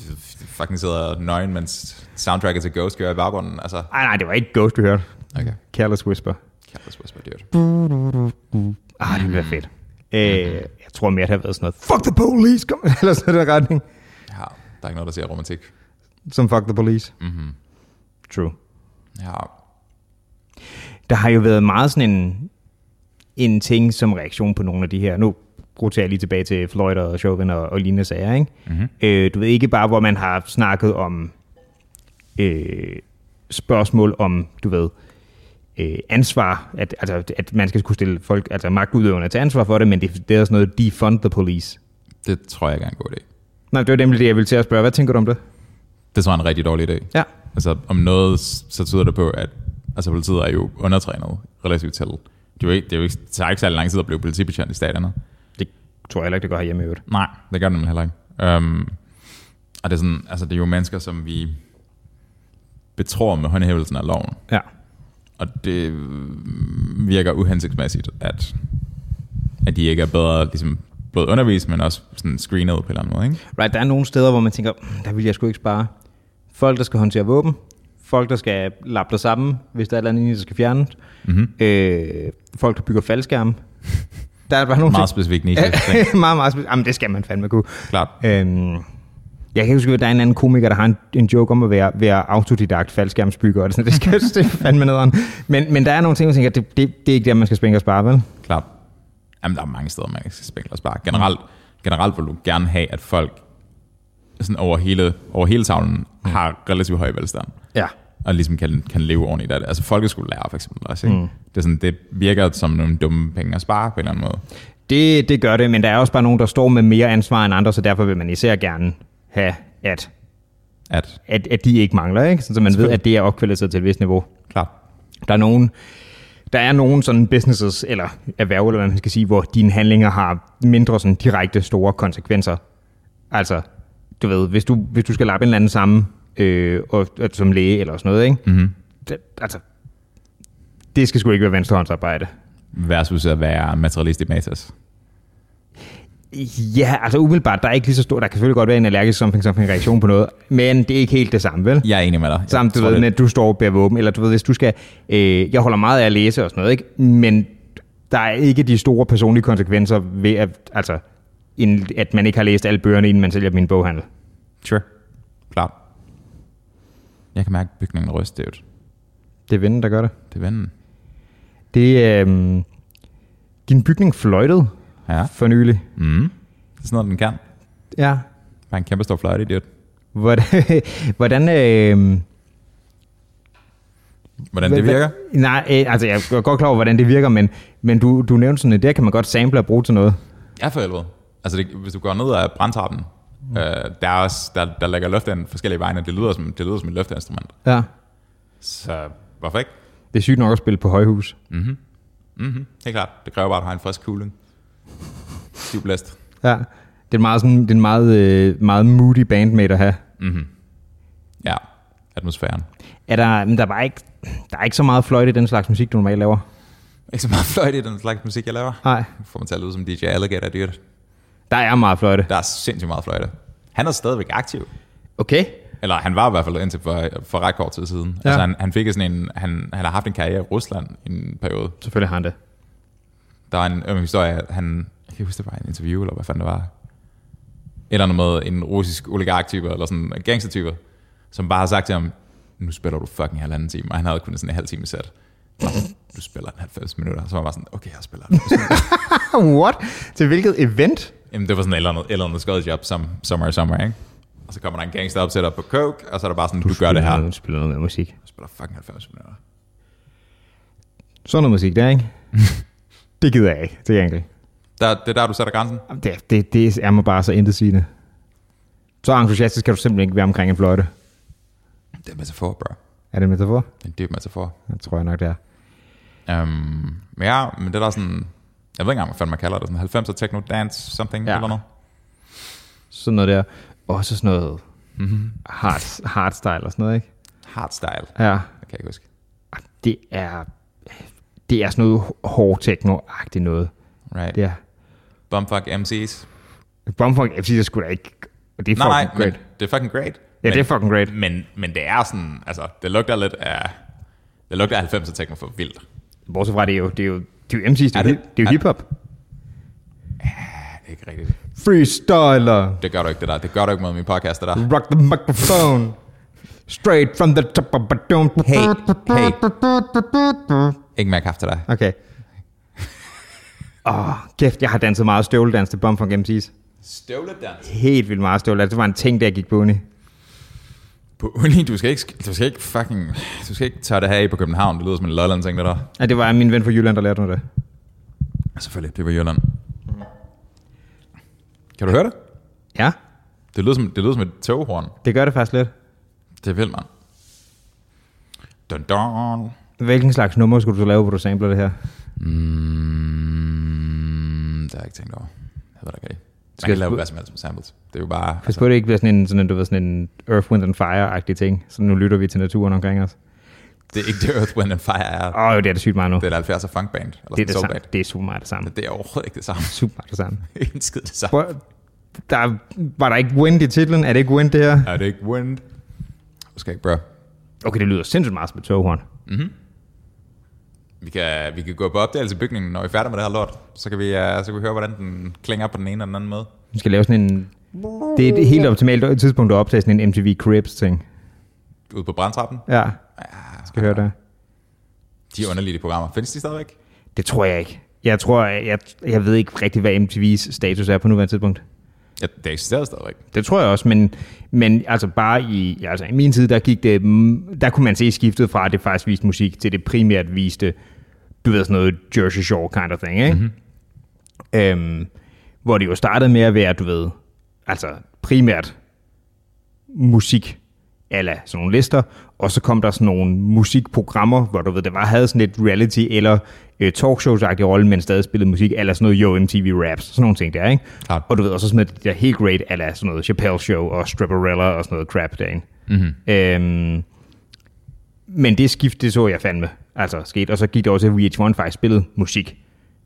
A: fucking sidder nøgen, mens soundtracket til Ghost kører i baggrunden. Altså,
B: Ej, nej, det var ikke Ghost, du hørte.
A: okay.
B: Careless Whisper.
A: Careless Whisper, dude.
B: Ah, det ville være fedt. Øh, jeg tror mere, det har været sådan noget, fuck the police, kom, (laughs) eller sådan noget i den retning,
A: Ja, der er ikke noget, der siger romantik.
B: som fuck the police. Mm-hmm. True.
A: Ja,
B: Der har jo været meget sådan en, en ting som reaktion på nogle af de her, nu roterer jeg lige tilbage til Floyd og Chauvin og, og lignende sager, ikke? Mm-hmm. Øh, du ved ikke bare, hvor man har snakket om øh, spørgsmål om, du ved, øh, ansvar, at, altså, at man skal kunne stille folk, altså magtudøverne til ansvar for det, men det, det er sådan noget defund the police.
A: det tror jeg ikke er en god idé.
B: Nej, det var nemlig det, jeg ville til at spørge. Hvad tænker du om det?
A: Det tror jeg er en rigtig dårlig idé.
B: Ja.
A: Altså, om noget, så tyder det på, at altså, politiet er jo undertrænet relativt til. Det, er jo ikke, det, er jo ikke, det tager ikke særlig lang tid at blive politibetjent i staterne.
B: Det tror jeg heller ikke, det gør herhjemme i øvrigt.
A: Nej, det gør det nemlig heller ikke. Um, og det er, sådan, altså, det er jo mennesker, som vi betror med håndhævelsen af loven.
B: Ja.
A: Og det mm, virker uhensigtsmæssigt, at, at de ikke er bedre ligesom, både undervist, men også sådan screenet på en eller anden måde. Ikke?
B: Right, der er nogle steder, hvor man tænker, "Mm, der vil jeg sgu ikke spare. Folk, der skal håndtere våben. Folk, der skal lappe dig sammen, hvis der er et eller andet, i, der skal fjernes. Mm-hmm. Øh, folk, der bygger faldskærme. Der er bare nogle
A: Meget specifikt niche. ting,
B: ting. (laughs) meget, meget specifikt. Jamen, det skal man fandme kunne.
A: Klart.
B: Øhm, jeg kan ikke huske, at der er en anden komiker, der har en, en joke om at være, være autodidakt faldskærmsbygger. Og det, sådan, det skal (laughs) det er fandme nederen. Men, men der er nogle ting, hvor jeg tænker, det, det, det er ikke der, man skal spænke og spare, vel?
A: Klart. Jamen, der er mange steder, man skal spænde og spare. Generelt, generelt vil du gerne have, at folk sådan over hele, over hele tavlen har relativt høj velstand.
B: Ja.
A: og ligesom kan, kan leve ordentligt af det. Altså folkeskolelærer for eksempel også, ikke? Mm. Det, er sådan, det virker som nogle dumme penge at spare på en eller anden måde.
B: Det, det gør det, men der er også bare nogen, der står med mere ansvar end andre, så derfor vil man især gerne have, at,
A: At,
B: at, at de ikke mangler, ikke? Sådan, så man ved, at det er opkvalificeret til et vist niveau.
A: klart,
B: Der er nogen, der er nogen sådan businesses, eller erhverv, eller hvad man skal sige, hvor dine handlinger har mindre sådan direkte store konsekvenser. Altså, du ved, hvis du, hvis du skal lappe en eller anden sammen, øh, og, og, som læge eller sådan noget, ikke? Mm-hmm. Det, altså, det skal sgu ikke være venstrehåndsarbejde.
A: versus at være materialist i Matas.
B: Ja, altså umiddelbart, der er ikke lige så stor, der kan selvfølgelig godt være en allergisk something, something reaktion på noget, men det er ikke helt det samme, vel?
A: Jeg er enig med dig. Jeg
B: Samt du
A: tror,
B: ved,
A: det-
B: når du står og bærer våben, eller du ved, hvis du skal, øh, jeg holder meget af at læse og sådan noget, ikke? men der er ikke de store personlige konsekvenser ved, at, altså, inden, at man ikke har læst alle bøgerne, inden man sælger min boghandel.
A: Sure. Klart. Jeg kan mærke bygningen ryste, det
B: Det er vennen, der gør det.
A: Det er vennen.
B: Det er, øh, din bygning fløjtede
A: Ja.
B: for nylig.
A: Mm. Det er sådan noget, den kan.
B: Ja.
A: Bare en kæmpe stor fløjte, det
B: Hvordan, (laughs) hvordan øh,
A: Hvordan det
B: Hva- hva-
A: virker?
B: Nej, øh, altså jeg er godt klar over, hvordan det virker, men, men du, du nævnte sådan, at der kan man godt sample og bruge til noget.
A: Ja, for helvede. Altså, det, hvis du går ned ad brandtrappen, mm. øh, der, er også, der, der lægger løften forskellige vegne, og det lyder som, det lyder som et løfteinstrument.
B: Ja.
A: Så hvorfor ikke?
B: Det er sygt nok at spille på højhus.
A: Mm-hmm. Helt klart. Det kræver bare, at du har en frisk kugling. Stiv blæst.
B: Ja. Det er en meget, sådan, det er en meget, øh, meget moody bandmate at have.
A: Ja, atmosfæren.
B: Er der, men der, er bare ikke, der er ikke så meget fløjt i den slags musik, du normalt laver.
A: Ikke så meget fløjte i den slags musik, jeg laver.
B: Nej.
A: Får man til at lyde som DJ Alligator, dyrt.
B: Der er meget fløjte.
A: Der er sindssygt meget fløjte. Han er stadigvæk aktiv.
B: Okay.
A: Eller han var i hvert fald indtil for, for ret kort tid siden. Ja.
B: Ja.
A: Altså, han, han fik sådan en... Han, han har haft en karriere i Rusland i en periode.
B: Selvfølgelig har (laughs) han det.
A: Der var en øm historie, han... Jeg kan ikke huske, det var en interview, eller hvad fanden det var. Et eller andet med en russisk oligark-type, eller sådan en gangster-type, som bare har sagt til ham, nu spiller du fucking halvanden time, og han havde kun sådan en halv time sæt. Du spiller en 90 minutter, så var han bare sådan, okay, jeg spiller det.
B: What? Til hvilket event?
A: Jamen, det var sådan et eller andet, et eller andet skøjet job, som Summer Summer, ikke? Og så kommer der en gangster op, sætter på coke, og så er der bare sådan, du, du gør det her.
B: Du
A: Jeg
B: spiller noget mere musik.
A: spiller fucking 90 minutter.
B: Sådan noget musik der, (laughs) ikke? det gider jeg ikke, til gengæld.
A: Der, det er der, du sætter grænsen.
B: Jamen, Det, det, det er mig bare så intetsigende. Så entusiastisk kan du simpelthen ikke være omkring en fløjte.
A: Det er en metafor, bro.
B: Er det en metafor?
A: Det er en dyb metafor.
B: Det tror jeg nok, det er.
A: Um, men ja, men det er der sådan, jeg ved ikke engang, hvad fanden man kalder det, sådan 90'er techno dance something
B: Ja.
A: ja. eller noget.
B: Sådan noget der. Også sådan noget
A: Mm-hmm.
B: hard, hardstyle og sådan noget, ikke?
A: Hardstyle,
B: Ja.
A: det kan jeg ikke huske.
B: Det er, det er sådan noget hård techno-agtigt noget.
A: Right.
B: Det er.
A: Bumfuck MC's.
B: Bombfunk FC, det skulle da ikke... Det er fucking
A: Nej, nej,
B: great.
A: men det er fucking great.
B: ja,
A: men,
B: det er fucking great.
A: men, men det er sådan, altså, det lugter lidt af, det lugter af 90'er techno for vildt.
B: Bortset fra, det er jo, det er jo, det er jo MC's, det er,
A: Er
B: jo
A: det-
B: hip- det er jo
A: er-
B: hiphop.
A: Ja, det er ikke rigtigt.
B: Freestyler,
A: Det gør du ikke, det der. Det gør du ikke med min podcast, det der.
B: rock the microphone, straight from the top of a dome.
A: Hey, hey. Ikke mere kaffe til dig.
B: Okay. Åh, oh, kæft, jeg har danset meget støvledans til Bombfunk MC's.
A: Støvledans.
B: Helt vildt meget støvledans. Det var en ting, der jeg gik på uni.
A: På uni, du skal ikke, du skal ikke fucking, du skal ikke tage det her af på København. Det lyder som en lolland ting, det der.
B: Ja, det var min ven fra Jylland, der lærte mig det.
A: Selvfølgelig, det var Jylland. Kan du høre det?
B: Ja,
A: Det lyder som, det lyder som et toghorn.
B: det gør det faktisk lidt.
A: Det er vildt, mand. Dun, dun.
B: Hvilken slags nummer skulle du lave, hvor du samler det her?
A: Mm, det har jeg ikke tænkt over. Jeg ved det ikke. Man
B: Skal jeg
A: kan lave
B: sp-
A: hvad som helst med samples. Det er jo bare...
B: Pas på, det ikke bliver sådan en, sådan en, du ved, sådan en Earth, Wind and Fire-agtig ting. Så nu lytter vi til naturen omkring os.
A: Det er ikke det Earth, Wind and Fire er.
B: Åh, oh, det er det sygt meget nu.
A: Det er et 70'er funkband. Eller
B: det, er det,
A: soulband.
B: samme. det er super meget det samme.
A: Det er overhovedet ikke det samme.
B: Super meget det samme.
A: ikke en skid det samme.
B: Prøv, der, var der ikke wind i titlen? Er det ikke wind, det her?
A: Er det ikke wind? Måske ikke, bro.
B: Okay, det lyder sindssygt meget som et toghorn.
A: Vi kan, vi kan gå på opdagelse i bygningen, når vi er færdige med det her lort. Så kan vi, uh, så kan vi høre, hvordan den klinger på den ene eller den anden måde.
B: Vi skal lave sådan en... Det er et helt optimalt tidspunkt at optage sådan en MTV Cribs-ting.
A: Ude på brandtrappen.
B: Ja,
A: Ja,
B: skal høre det.
A: De er underlige de programmer. Findes de stadigvæk?
B: Det tror jeg ikke. Jeg tror, jeg, jeg, jeg ved ikke rigtig, hvad MTV's status er på nuværende tidspunkt.
A: Ja, det eksisterer stadigvæk.
B: Det tror jeg også, men, men altså bare i, altså i min tid, der, gik det, mm, der kunne man se skiftet fra, at det faktisk viste musik, til det primært viste, du ved sådan noget Jersey Shore kind of thing, ikke? Mm-hmm. Øhm, hvor det jo startede med at være, du ved, altså primært musik ala sådan nogle lister, og så kom der sådan nogle musikprogrammer, hvor du ved, det var, havde sådan lidt reality eller øh, talkshows-agtig rolle, men stadig spillede musik, eller sådan noget Yo! MTV Raps, sådan nogle ting der, ikke?
A: Klart.
B: Og du ved, også sådan noget, det der helt great, ala sådan noget Chappelle Show og Strapperella og sådan noget crap derinde. Mm-hmm. Øhm, men det skift, det så jeg fandme, altså skete, og så gik det over til, at VH1 faktisk spillede musik,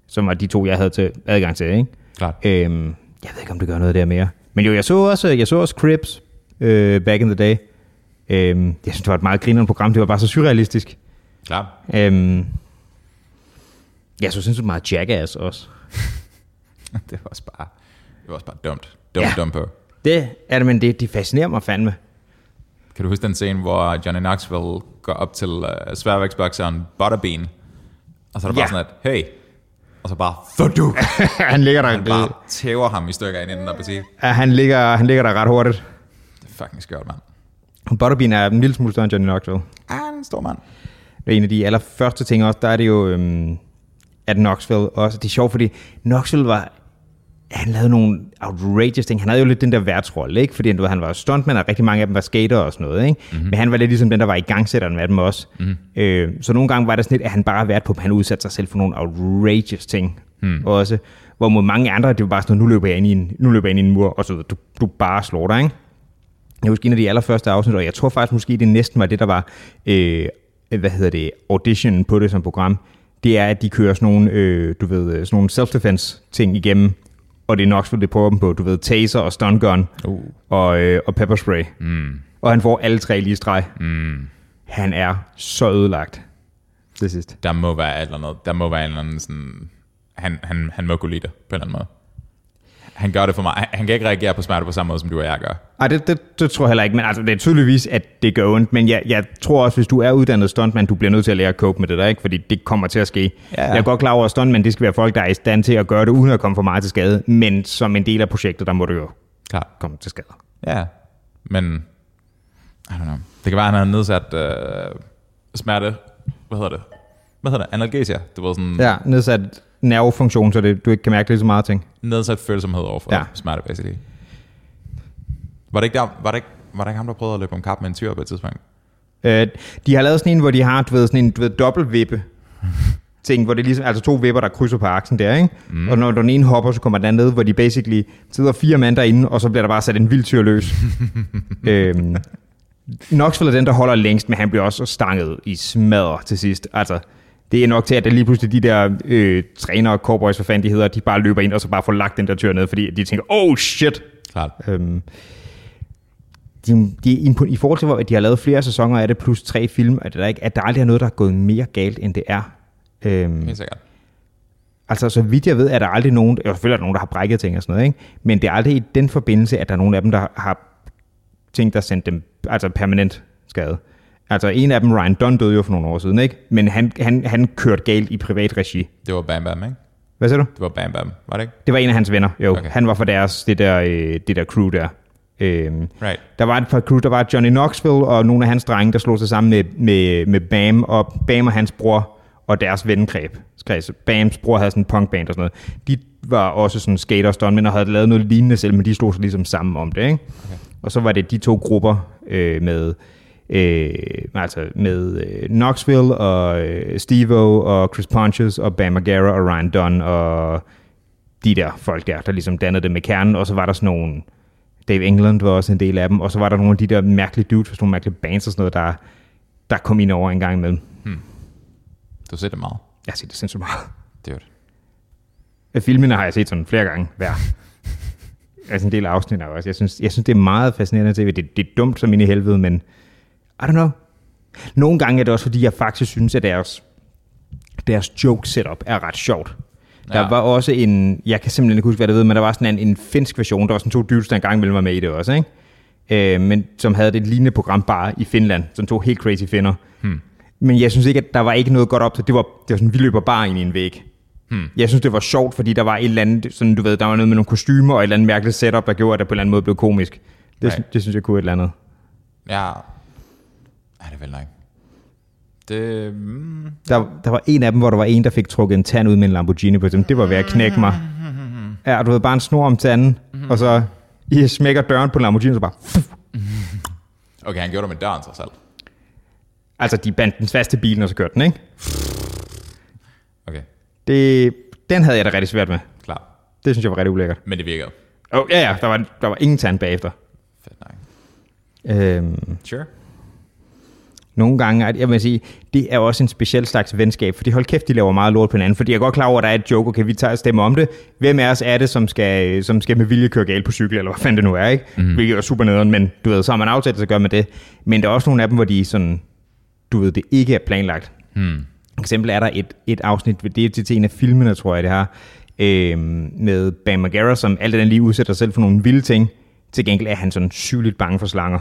B: som var de to, jeg havde til, adgang til, ikke?
A: Klart.
B: Øhm, jeg ved ikke, om det gør noget der mere. Men jo, jeg så også, jeg så også Cribs øh, back in the day. Øhm, jeg synes, det var et meget grinerende program. Det var bare så surrealistisk.
A: Klart.
B: Øhm, jeg så sindssygt meget Jackass også.
A: (laughs) det var også bare, det var også bare dumt. Dumt,
B: Ja.
A: ja. dumt på.
B: Det er det, men det, det fascinerer mig fandme.
A: Kan du huske den scene, hvor Johnny Knoxville går op til uh, sværvægtsbokseren Butterbean, og så er der
B: Ja.
A: bare sådan et, hey, og så bare, for du,
B: (laughs) han ligger der,
A: han (laughs) bare tæver ham i stykker ind i den der parti.
B: ja, han ligger, han ligger der ret hurtigt.
A: Det er fucking skørt, mand.
B: Butterbean er en lille smule større end Johnny Knoxville.
A: Ah, en stor mand.
B: Det er en af de allerførste ting også, der er det jo, øhm, at Knoxville også, det er sjovt, fordi Knoxville var, han lavede nogle outrageous ting. Han havde jo lidt den der værtsrolle, ikke? Fordi du ved, han var stuntman, og rigtig mange af dem var skater og sådan noget, ikke? Mm-hmm. Men han var lidt ligesom den, der var i gangsætteren af dem også. Mm-hmm. Øh, så nogle gange var det sådan lidt, at han bare vært på, at han udsatte sig selv for nogle outrageous ting mm. også. Hvor mod mange andre, det var bare sådan noget, nu løber jeg ind i en, nu løber jeg ind i en mur, og så videre. du, du bare slår dig, ikke? Jeg husker en af de allerførste afsnit, og jeg tror faktisk måske, det næsten var det, der var, øh, hvad hedder det, auditionen på det som program. Det er, at de kører sådan nogle, øh, du ved, øh, sådan nogle self-defense ting igennem, og det er Knoxville, det prøver dem på, du ved, taser og stun gun
A: Uh.
B: og, øh, og pepper spray. Mm. Og han får alle tre lige i streg. Mm. Han er så ødelagt til sidst.
A: Der må være et eller andet, der må være en eller anden sådan, han, han, han må kunne lide det, på en eller anden måde. Han gør det for mig. Han- Han kan ikke reagere på smerte på samme måde, som du og jeg gør.
B: Ej, det, det, det tror jeg heller ikke, men altså, det er tydeligvis, at det gør ondt. Men jeg, jeg tror også, hvis du er uddannet stuntmand, du bliver nødt til at lære at cope med det der, ikke? fordi det kommer til at ske.
A: Ja, ja.
B: Jeg er godt klar over, at stuntmand, det skal være folk, der er i stand til at gøre det, uden at komme for meget til skade. Men som en del af projektet, der må du jo
A: Klart.
B: komme til skade.
A: Ja, men... I don't know. Det kan være, at han har nedsat øh, smerte... Hvad hedder det? Hvad hedder det? Analgesia. Det var sådan
B: Ja, nedsat nervefunktion, så det, du ikke kan mærke det så meget ting.
A: nedsat følsomhed over for ja.
B: Ja.
A: smerte, basically. Var det, ikke der, var, det ikke, var det ikke ham, der prøvede at løbe om kap med en tyr på et tidspunkt?
B: Øh, de har lavet sådan en, hvor de har du ved, sådan en du ved, dobbeltvippe ting, hvor det er ligesom, altså to vipper, der krydser på aksen der, ikke? Mm. Og når den ene hopper, så kommer den anden ned, hvor de basically sidder fire mand derinde, og så bliver der bare sat en vild tyr løs. øhm, Knoxville er den, der holder længst, men han bliver også stanget i smadder til sidst. Altså, det er nok til, at det lige pludselig de der øh, trænere, cowboys, hvad fanden de hedder, de bare løber ind, og så bare får lagt den der tyr ned, fordi de tænker, oh shit,
A: Klart.
B: Øhm, de, de er impon- I forhold til, hvor de har lavet flere sæsoner af det, plus tre film, at der, ikke, at der aldrig er noget, der er gået mere galt, end det er. Øhm,
A: Helt sikkert.
B: altså, så vidt jeg ved, er der aldrig nogen, jo, selvfølgelig er der nogen, der har brækket ting og sådan noget, ikke? men det er aldrig i den forbindelse, at der er nogen af dem, der har ting, der sendt dem altså permanent skade. Altså en af dem, Ryan Dunn, døde jo for nogle år siden, ikke? men han, han, han kørte galt i privat regi.
A: Det var Bam Bam, ikke?
B: Hvad siger du?
A: Det var Bam Bam, var det ikke?
B: Det var en af hans venner, jo.
A: Okay.
B: Okay. Han var for deres, det der, øh, det der crew der. Øhm,
A: Right.
B: Der var et par crew, der var Johnny Knoxville og nogle af hans drenge, der slog sig sammen med, med, med Bam, og Bam og hans bror og deres vennekreb. Skreds. Bams bror havde sådan en punkband og sådan noget. De var også sådan skater og stuntmænd og havde lavet noget lignende selv, men de slog sig ligesom sammen om det. Ikke? Okay. Og så var det de to grupper øh, med, øh, altså med øh, Knoxville og øh, Stevo og Chris Pontius og Bam Margera og Ryan Dunn og de der folk der, der ligesom dannede det med kernen, og så var der sådan nogle, Dave England var også en del af dem, og så var der nogle af de der mærkelige dudes, sådan nogle mærkelige bands og sådan noget, der, der kom ind over en gang imellem.
A: Du har set det meget.
B: Jeg har set det sindssygt meget.
A: Dude.
B: Filmene har jeg set sådan flere gange hver. Altså en del af afsnittene også. Jeg synes, jeg synes, det er meget fascinerende tv. Det, det er dumt som ind i helvede, men I don't know. Nogle gange er det også, fordi jeg faktisk synes, at deres, deres joke setup er ret sjovt. Der
A: Ja.
B: var også en, jeg kan simpelthen ikke huske, hvad det ved, men der var sådan en, en finsk version, der var sådan to dudes, der engang ville være med i det også, ikke? Øh, men som havde det lignende program bare i Finland, sådan to helt crazy finner. Hmm. Men jeg synes ikke, at der var ikke noget godt op til, det var, det var sådan, vi løber bare ind i en væg. Hmm. Jeg synes, det var sjovt, fordi der var et eller andet, sådan, du ved, der var noget med nogle kostymer og et eller andet mærkeligt setup, der gjorde, at det på en eller anden måde blev komisk. Det,
A: Nej.
B: sy- det synes jeg kunne et eller andet.
A: Ja. Ja, det er vel nok. Det... Mm,
B: Der, der var en af dem, hvor der var en, der fik trukket en tand ud med en Lamborghini på dem. Det var ved at knække mig. Ja, og du ved, bare en snor om tanden, og så I smækker døren på en Lamborghini, og så bare...
A: okay, han gjorde det med døren trods alt.
B: Altså, de bandt den fast til bilen, og så kørte den, ikke?
A: Okay,
B: Det, den havde jeg da rigtig svært med.
A: klar.
B: Det synes jeg var rigtig ulækkert.
A: Men det virkede.
B: Oh, ja, ja, der var, der var ingen tand bagefter.
A: Fedt nok.
B: Øhm,
A: Sure.
B: nogle gange, at jeg vil sige, det er også en speciel slags venskab, fordi hold kæft, de laver meget lort på hinanden, fordi jeg er godt klar over, at der er et joke, okay, vi tager og stemmer om det. Hvem af os er det, som skal, som skal med vilje køre galt på cykel, eller hvad fanden det nu er, ikke? Mm. Hvilket er super nederen, men du ved, så har man aftalt, så gør man det. Men der er også nogle af dem, hvor de sådan, du ved, det ikke er planlagt.
A: Hmm.
B: For eksempel er der et, et afsnit, ved- det er til til en af filmene, tror jeg det her, øhm, med Bam Margera, som alt den lige udsætter sig selv for nogle vilde ting. Til gengæld er han sådan sygeligt bange for slanger.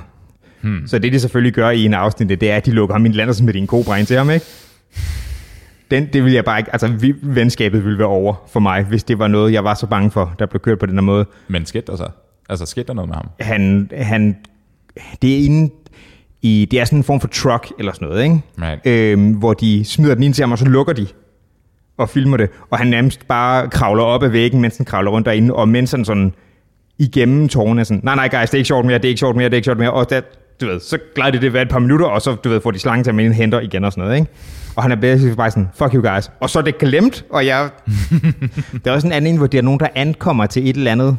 B: Hmm. Så det, de selvfølgelig gør i en afsnit, det er, at de lukker ham i en lander med en kobra ind til ham, ikke? Den, det vil jeg bare ikke, altså vi, venskabet ville være over for mig, hvis det var noget, jeg var så bange for, der blev kørt på den her måde
A: Men skete der så? Altså, skete der noget med ham?
B: han, han, det er inde i, det er sådan en form for truck eller sådan noget, ikke?
A: Right.
B: Øhm, hvor de smider den ind til ham, og så lukker de og filmer det, og han nærmest bare kravler op ad væggen, mens han kravler rundt derinde, og mens han sådan igennem tårne er sådan, nej, nej, guys, det er ikke sjovt mere, det er ikke sjovt mere, det er ikke sjovt mere, og der, du ved, så glider det det hver et par minutter, og så, du ved, får de slangen til at minde henter igen og sådan noget, ikke? Og han er basically bare sådan, fuck you guys. Og så er det glemt, og jeg der er også en anden en, hvor der er nogen, der ankommer til et eller andet.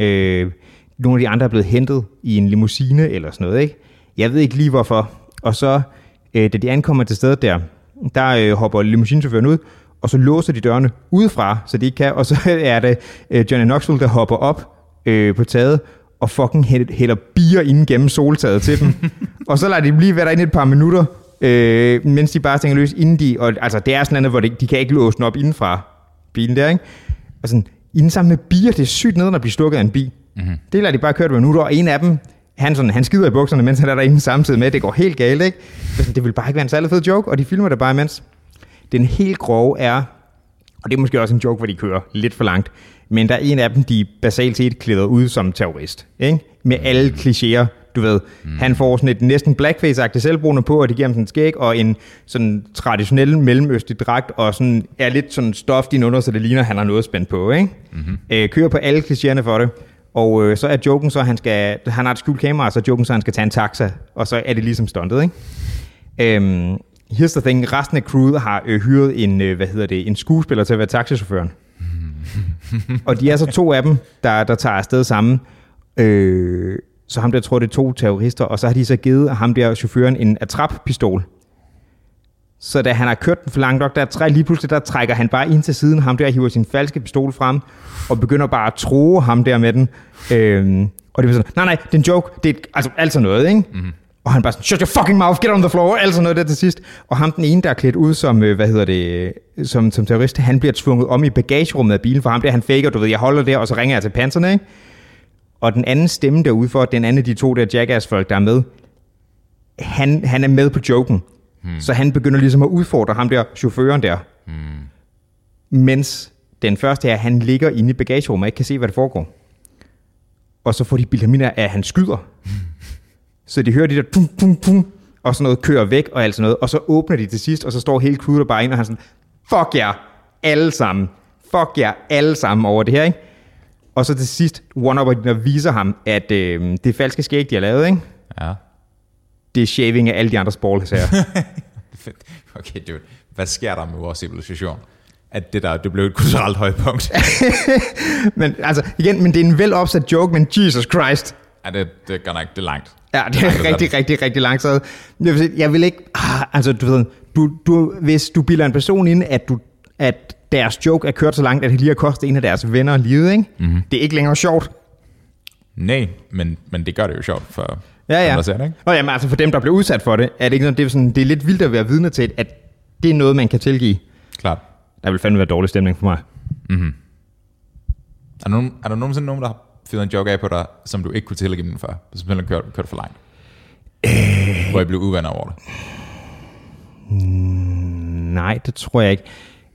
B: Øh, nogle af de andre er blevet hentet i en limousine eller sådan noget, ikke? Jeg ved ikke lige hvorfor. Og så, øh, da de ankommer til stedet der, der øh, hopper limousinechaufføren ud, og så låser de dørene udefra, så de ikke kan. Og så (laughs) er det øh, Johnny Knoxville, der hopper op øh, på taget, og fucking hæl- hælder bier inden gennem soltaget til dem. og så lader de dem lige være derinde et par minutter, øh, mens de bare tænker løs inden de... Og, altså, det er sådan noget, hvor de, de kan ikke låse den op indenfra bilen der, ikke? Og sådan, inden sammen med bier, det er sygt nede, når blive stukket af en bi. Mm-hmm. Det lader de bare køre et par minutter, og en af dem han, sådan, han skider i bukserne, mens han er derinde samtidig med, det går helt galt, ikke? Det, er sådan, det vil bare ikke være en særlig fed joke, og de filmer det bare imens. Den helt grove er, og det er måske også en joke, hvor de kører lidt for langt, men der er en af dem, de basalt set klæder ud som terrorist, ikke? Med alle klichéer, du ved. Mm. Han får sådan et næsten blackface-agtigt selvbrugende på, og det giver ham sådan en skæg og en sådan traditionel mellemøstlig dragt, og sådan er lidt sådan stoft i under, så det ligner, at han har noget spændt på, ikke? Mm-hmm. Øh, kører på alle klichéerne for det. Og øh, så er joken så, at han, skal, han har et skjult kamera, og så er joken så, at han skal tage en taxa, og så er det ligesom stuntet, ikke? Øhm, here's the thing, resten af crewet har øh, hyret en, øh, hvad hedder det, en skuespiller til at være taxichaufføren. (laughs) og de er så to af dem, der, der tager afsted sammen. Øh, så ham der tror, det er to terrorister, og så har de så givet ham der chaufføren en attrappistol. Så da han har kørt den for langt nok, der træ, lige pludselig der trækker han bare ind til siden, ham der hiver sin falske pistol frem, og begynder bare at tro ham der med den. Øhm, og det er sådan, nej nej, det er en joke, det er et- altså altså noget, ikke? Mm-hmm. Og han bare sådan, shut your fucking mouth, get on the floor, altså noget der til sidst. Og ham den ene, der er klædt ud som, øh, hvad hedder det, øh, som, som terrorist, han bliver tvunget om i bagagerummet af bilen, for ham der, han faker, du ved, jeg holder der, og så ringer jeg til panserne, ikke? Og den anden stemme derude for, den anden af de to der jackass-folk, der er med, han, han er med på joken. Hmm. Så han begynder ligesom at udfordre ham der, chaufføren der. Hmm. Mens den første her, han ligger inde i bagagerummet og ikke kan se, hvad der foregår. Og så får de vitaminer af, at han skyder. så de hører de der pum, pum, pum, og sådan noget kører væk og alt sådan noget. Og så åbner de til sidst, og så står hele kudder bare ind, og han er sådan, fuck jer, alle sammen. Fuck jer, alle sammen over det her, ikke? Og så til sidst, one-upper viser ham, at øh, det er falske skæg, de har lavet, ikke?
A: Ja. (laughs)
B: det er shaving af alle de andres ballsager.
A: Okay, dude. Hvad sker der med vores civilisation? At det der, det blev et kulturelt
B: (laughs)
A: højpunkt.
B: men altså, igen, men det er en velopsat joke, men Jesus Christ.
A: ja, det, det gør nok, det er langt.
B: Ja, det
A: Langt,
B: er rigtig, rigtig, rigtig langsomt. Jeg vil, sige, jeg vil ikke... Ah, altså, du ved, du, du, hvis du bilder en person ind, at, du, at deres joke er kørt så langt, at det lige har kostet en af deres venner livet, ikke? Mm-hmm. Det er ikke længere sjovt.
A: Nej, men, men det gør det jo sjovt for
B: Ja, ja.
A: dem, der ser det, ikke?
B: Nå, jamen, altså for dem, der blev udsat for det, er det ikke sådan, det er, sådan, det er lidt vildt at være vidne til, at det er noget, man kan tilgive.
A: Klart.
B: Der vil fandme være dårlig stemning for mig.
A: Er der, nogen, er der nogensinde nogen, der har fyret en joke af på dig, som du ikke kunne tilgive den for? Som simpelthen kørte, kørte for langt? Øh. Hvor jeg blev uvenner over det.
B: Nej, det tror jeg ikke.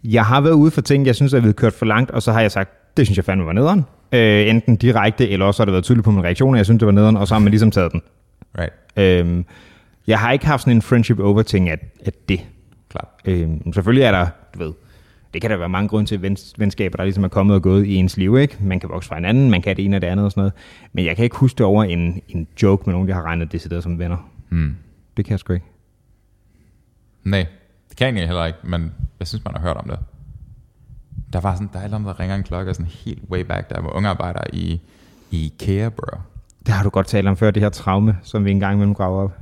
B: Jeg har været ude for ting, jeg synes, jeg havde kørt for langt, og så har jeg sagt, det synes jeg fandme var nederen. Øh, enten direkte, eller også har det været tydeligt på min reaktion, at jeg synes, det var nederen, og så har man ligesom taget den.
A: Right.
B: Øh, jeg har ikke haft sådan en friendship over ting at, at det.
A: Klart.
B: Øh, selvfølgelig er der, du ved, det kan der være mange grunde til vens- venskaber, der ligesom er kommet og gået i ens liv, ikke? Man kan vokse fra hinanden, man kan det ene og det andet og sådan noget. Men jeg kan ikke huske det over en, en joke med nogen, jeg har regnet decideret som venner.
A: Hmm.
B: Det kan jeg sgu ikke.
A: Nej, det kan jeg egentlig heller ikke, men jeg synes, man har hørt om det. Der var sådan, der er et eller andet, der ringer en klokke, og sådan helt way back, der var unge arbejdere i, i IKEA, bro.
B: Det har du godt talt om før, det her traume, som vi engang imellem graver op.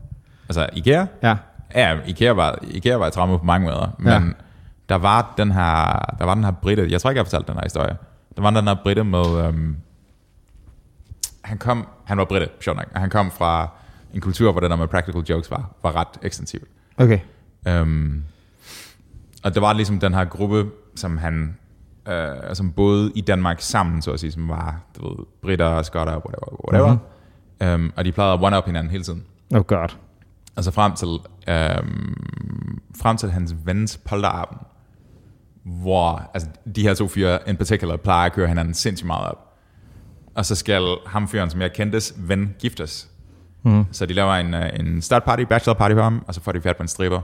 A: Altså, IKEA?
B: Ja,
A: Ja, IKEA var, IKEA var et traume på mange måder, men ja.
B: Ja.
A: der, var den her, der var den her britte, jeg tror ikke, jeg har fortalt den her historie, der var den her britte med, øhm, han kom, han var britte, sjovt nok, og han kom fra en kultur, hvor det der med practical jokes var, var ret ekstensivt.
B: okay.
A: Øhm, og der var ligesom den her gruppe, som han øh, som boede i Danmark sammen, så at sige, som var, du ved, britter, skotter, whatever, whatever. Mm-hmm. Øhm, og de plejede at one-up hinanden hele tiden.
B: Oh god.
A: Altså frem til, øhm, frem til hans vens polterappen, hvor altså, de her to fyre in particular plejer at køre hinanden sindssygt meget op. Og så skal ham fyren, som jeg kendtes, ven giftes. Mm. Så de laver en, øh, en startparty, bachelorparty for ham, og så får de fat på en stripper.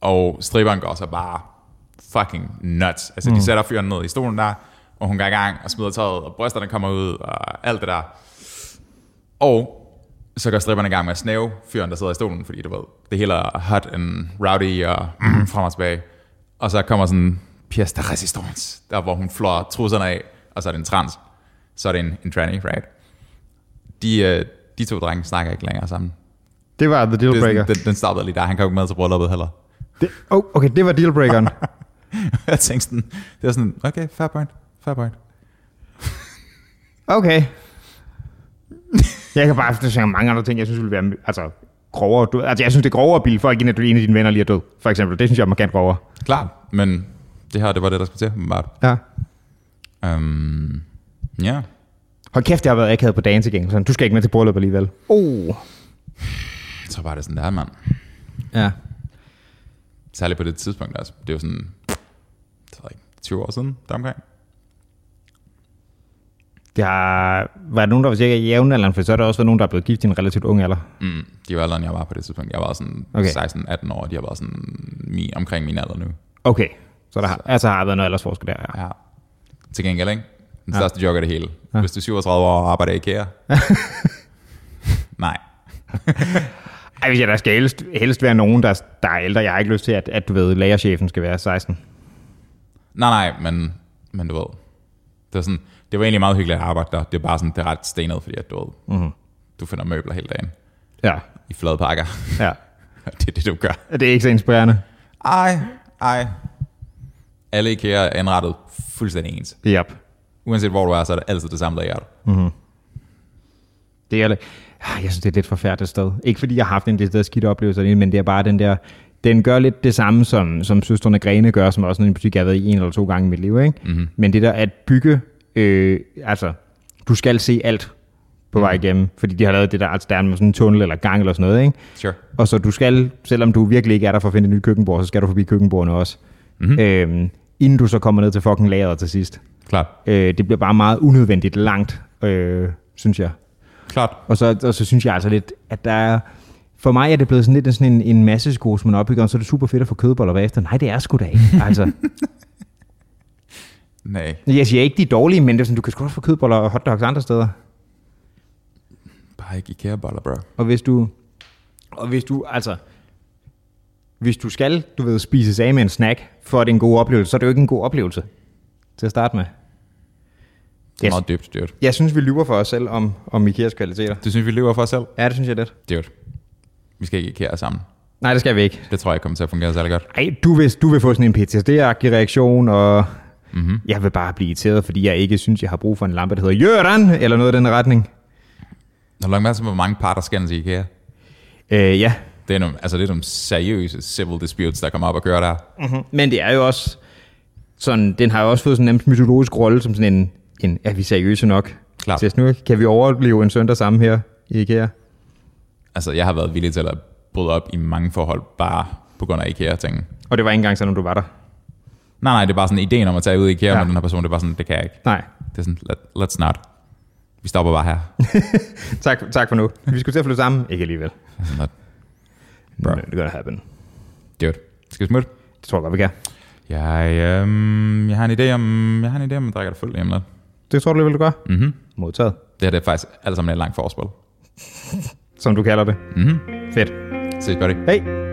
A: Og stripperen går så bare fucking nuts. Altså, mm. de sætter fyren ned i stolen der, og hun går i gang og smider tøjet, og brysterne kommer ud, og alt det der. Og så går stripperne i gang med at snæve fyren, der sidder i stolen, fordi du ved, det hele er hot and rowdy og (clears throat) mm, frem og tilbage. Og så kommer sådan pièce de resistance, der hvor hun flår trusserne af, og så er det en trans. Så er det en, en tranny, right? De, øh, de to drenge snakker ikke længere sammen.
B: Det var the
A: Det
B: deal
A: er
B: breaker.
A: sådan, den, den startede lige der, han kom ikke med til brylluppet heller. (laughs)
B: Det, oh, okay, det var deal breakeren.
A: Jeg tænkte sådan, det var sådan, okay, fair point, fair point.
B: (laughs) Okay. Jeg kan bare der er mange andre ting, jeg synes ville være altså, grovere. Du, altså, jeg synes, det er grovere at bilde folk ind, at du en af dine venner lige er død, for eksempel. Det synes jeg er markant grovere.
A: Klart, men det her, det var det, der skulle til, åbenbart.
B: Ja.
A: Um, Øhm, ja,
B: Hold kæft, jeg har været akavet på dagen til gengæld. Sådan, du skal ikke med til bryllup alligevel. Oh.
A: Jeg tror bare, det er sådan, der, mand.
B: Ja.
A: Særligt på det tidspunkt, altså. Det er jo sådan, det ved jeg ikke, 20 år siden, der omkring.
B: Det har været nogen, der var cirka i jævnaldrende, for så har der også været nogen, der er blevet gift i en relativt ung alder.
A: Mm, de var ældre, end jeg var på det tidspunkt. Jeg var sådan
B: Okay.
A: okay. 16-18 år, og de har været sådan mi, omkring min alder nu.
B: Okay, så der har, altså har været noget aldersforskel der. Ja.
A: Ja. Til gengæld, ikke? Den største joke af det hele. Ja. Hvis du er 37 år og arbejder i (laughs) IKEA. Nej.
B: Ej, hvis jeg der skal helst, helst være nogen, der, der er ældre. Jeg har ikke lyst til, at, at du ved, lagerchefen skal være 16.
A: Nej, nej, men, men du ved. Det var, sådan, det var egentlig meget hyggeligt at arbejde der. Det er bare sådan, det er ret stenet, fordi at, du ved,
B: Mm-hmm.
A: du finder møbler hele dagen
B: Ja,
A: i flade pakker. (laughs)
B: ja.
A: det er det, du gør.
B: Det er ikke så inspirerende.
A: Ej, ej. Alle IKEA er indrettet fuldstændig ens.
B: Yep.
A: Uanset hvor du er, så er det altid det samme layout.
B: Det er, Ah, jeg synes, det er et lidt forfærdeligt sted. Ikke fordi jeg har haft en lidt skidt oplevelse, derinde, men det er bare den der... Den gør lidt det samme, som, som søstrene Grene gør, som er også en butik, jeg har været i en eller to gange i mit liv. Ikke? Mm-hmm. Men det der at bygge... Øh, altså, du skal se alt på vej igennem, fordi de har lavet det der, altså der er sådan en tunnel eller gang eller sådan noget, ikke?
A: Sure.
B: Og så du skal, selvom du virkelig ikke er der for at finde et nyt køkkenbord, så skal du forbi køkkenbordene også. Mm-hmm. Øhm, inden du så kommer ned til fucking lageret til sidst.
A: Klart.
B: Øh, det bliver bare meget unødvendigt langt, øh, synes jeg.
A: Klart.
B: Og så, og så synes jeg altså lidt, at der er... For mig er det blevet sådan lidt en- sådan en, en masse sko, som man opbygger, og så er det super fedt at få kødboller bagefter. Nej, det er sgu da ikke. Altså,
A: Nej.
B: jeg siger ikke, de er dårlige, men det er sådan, du kan sgu også få kødboller og hotdogs andre steder.
A: Bare ikke IKEA-boller, bro.
B: Og hvis du... Og hvis du, altså... Hvis du skal, du ved, spises af med en snack, for at det er en god oplevelse, så er det jo ikke en god oplevelse til at starte med.
A: Det er yes.
B: Yes.
A: meget dybt, styrt.
B: Jeg synes, vi lyver for os selv om, om Ikeas kvaliteter.
A: Du synes, vi lever for os selv?
B: Ja, det synes jeg lidt.
A: Dyrt. Vi skal ikke IKEA sammen.
B: Nej, det skal vi ikke.
A: Det tror jeg ikke kommer til at fungere særlig godt.
B: Ej, du vil, du vil få sådan en PTSD-agtig reaktion, og mm-hmm. jeg vil bare blive irriteret, fordi jeg ikke synes, jeg har brug for en lampe, der hedder Jørgen, eller noget i den retning.
A: Når du lagt mærke til, hvor mange parter skændes i IKEA?
B: Øh, ja,
A: Det er, nogle, altså, det er nogle seriøse civil disputes, der kommer op og kører der.
B: Mm-hmm. Men det er jo også sådan, den har jo også fået sådan en nærmest mytologisk rolle som sådan en, en er vi seriøse nok?
A: Klar.
B: Til nu, kan vi overleve en søndag sammen her i IKEA?
A: Altså, jeg har været villig til at bryde op i mange forhold, bare på grund af IKEA-tingen.
B: Og det var ikke engang sådan, når du var der.
A: Nej, nej, det er bare sådan ideen om at tage ud i IKEA
B: Ja.
A: ja. med den her person, det er bare sådan, det kan jeg ikke.
B: Nej,
A: Det er sådan, let, let's not. Vi stopper bare her.
B: tak, tak for nu. Vi skulle til at flytte sammen. Ikke alligevel.
A: Sådan, let-
B: Bro. Det gonna happen.
A: Dude, skal vi smutte?
B: Det tror jeg godt, vi kan.
A: Jeg, øhm, jeg har en idé om, jeg har en idé om, at jeg drikker det fuldt hjemme.
B: Det tror du alligevel, du gør.
A: Mhm.
B: Modtaget.
A: Det her det er faktisk alt sammen et langt forspil. Mhm.
B: Som du kalder det. Mm-hmm. Fedt.
A: Ses, buddy.
B: Hej.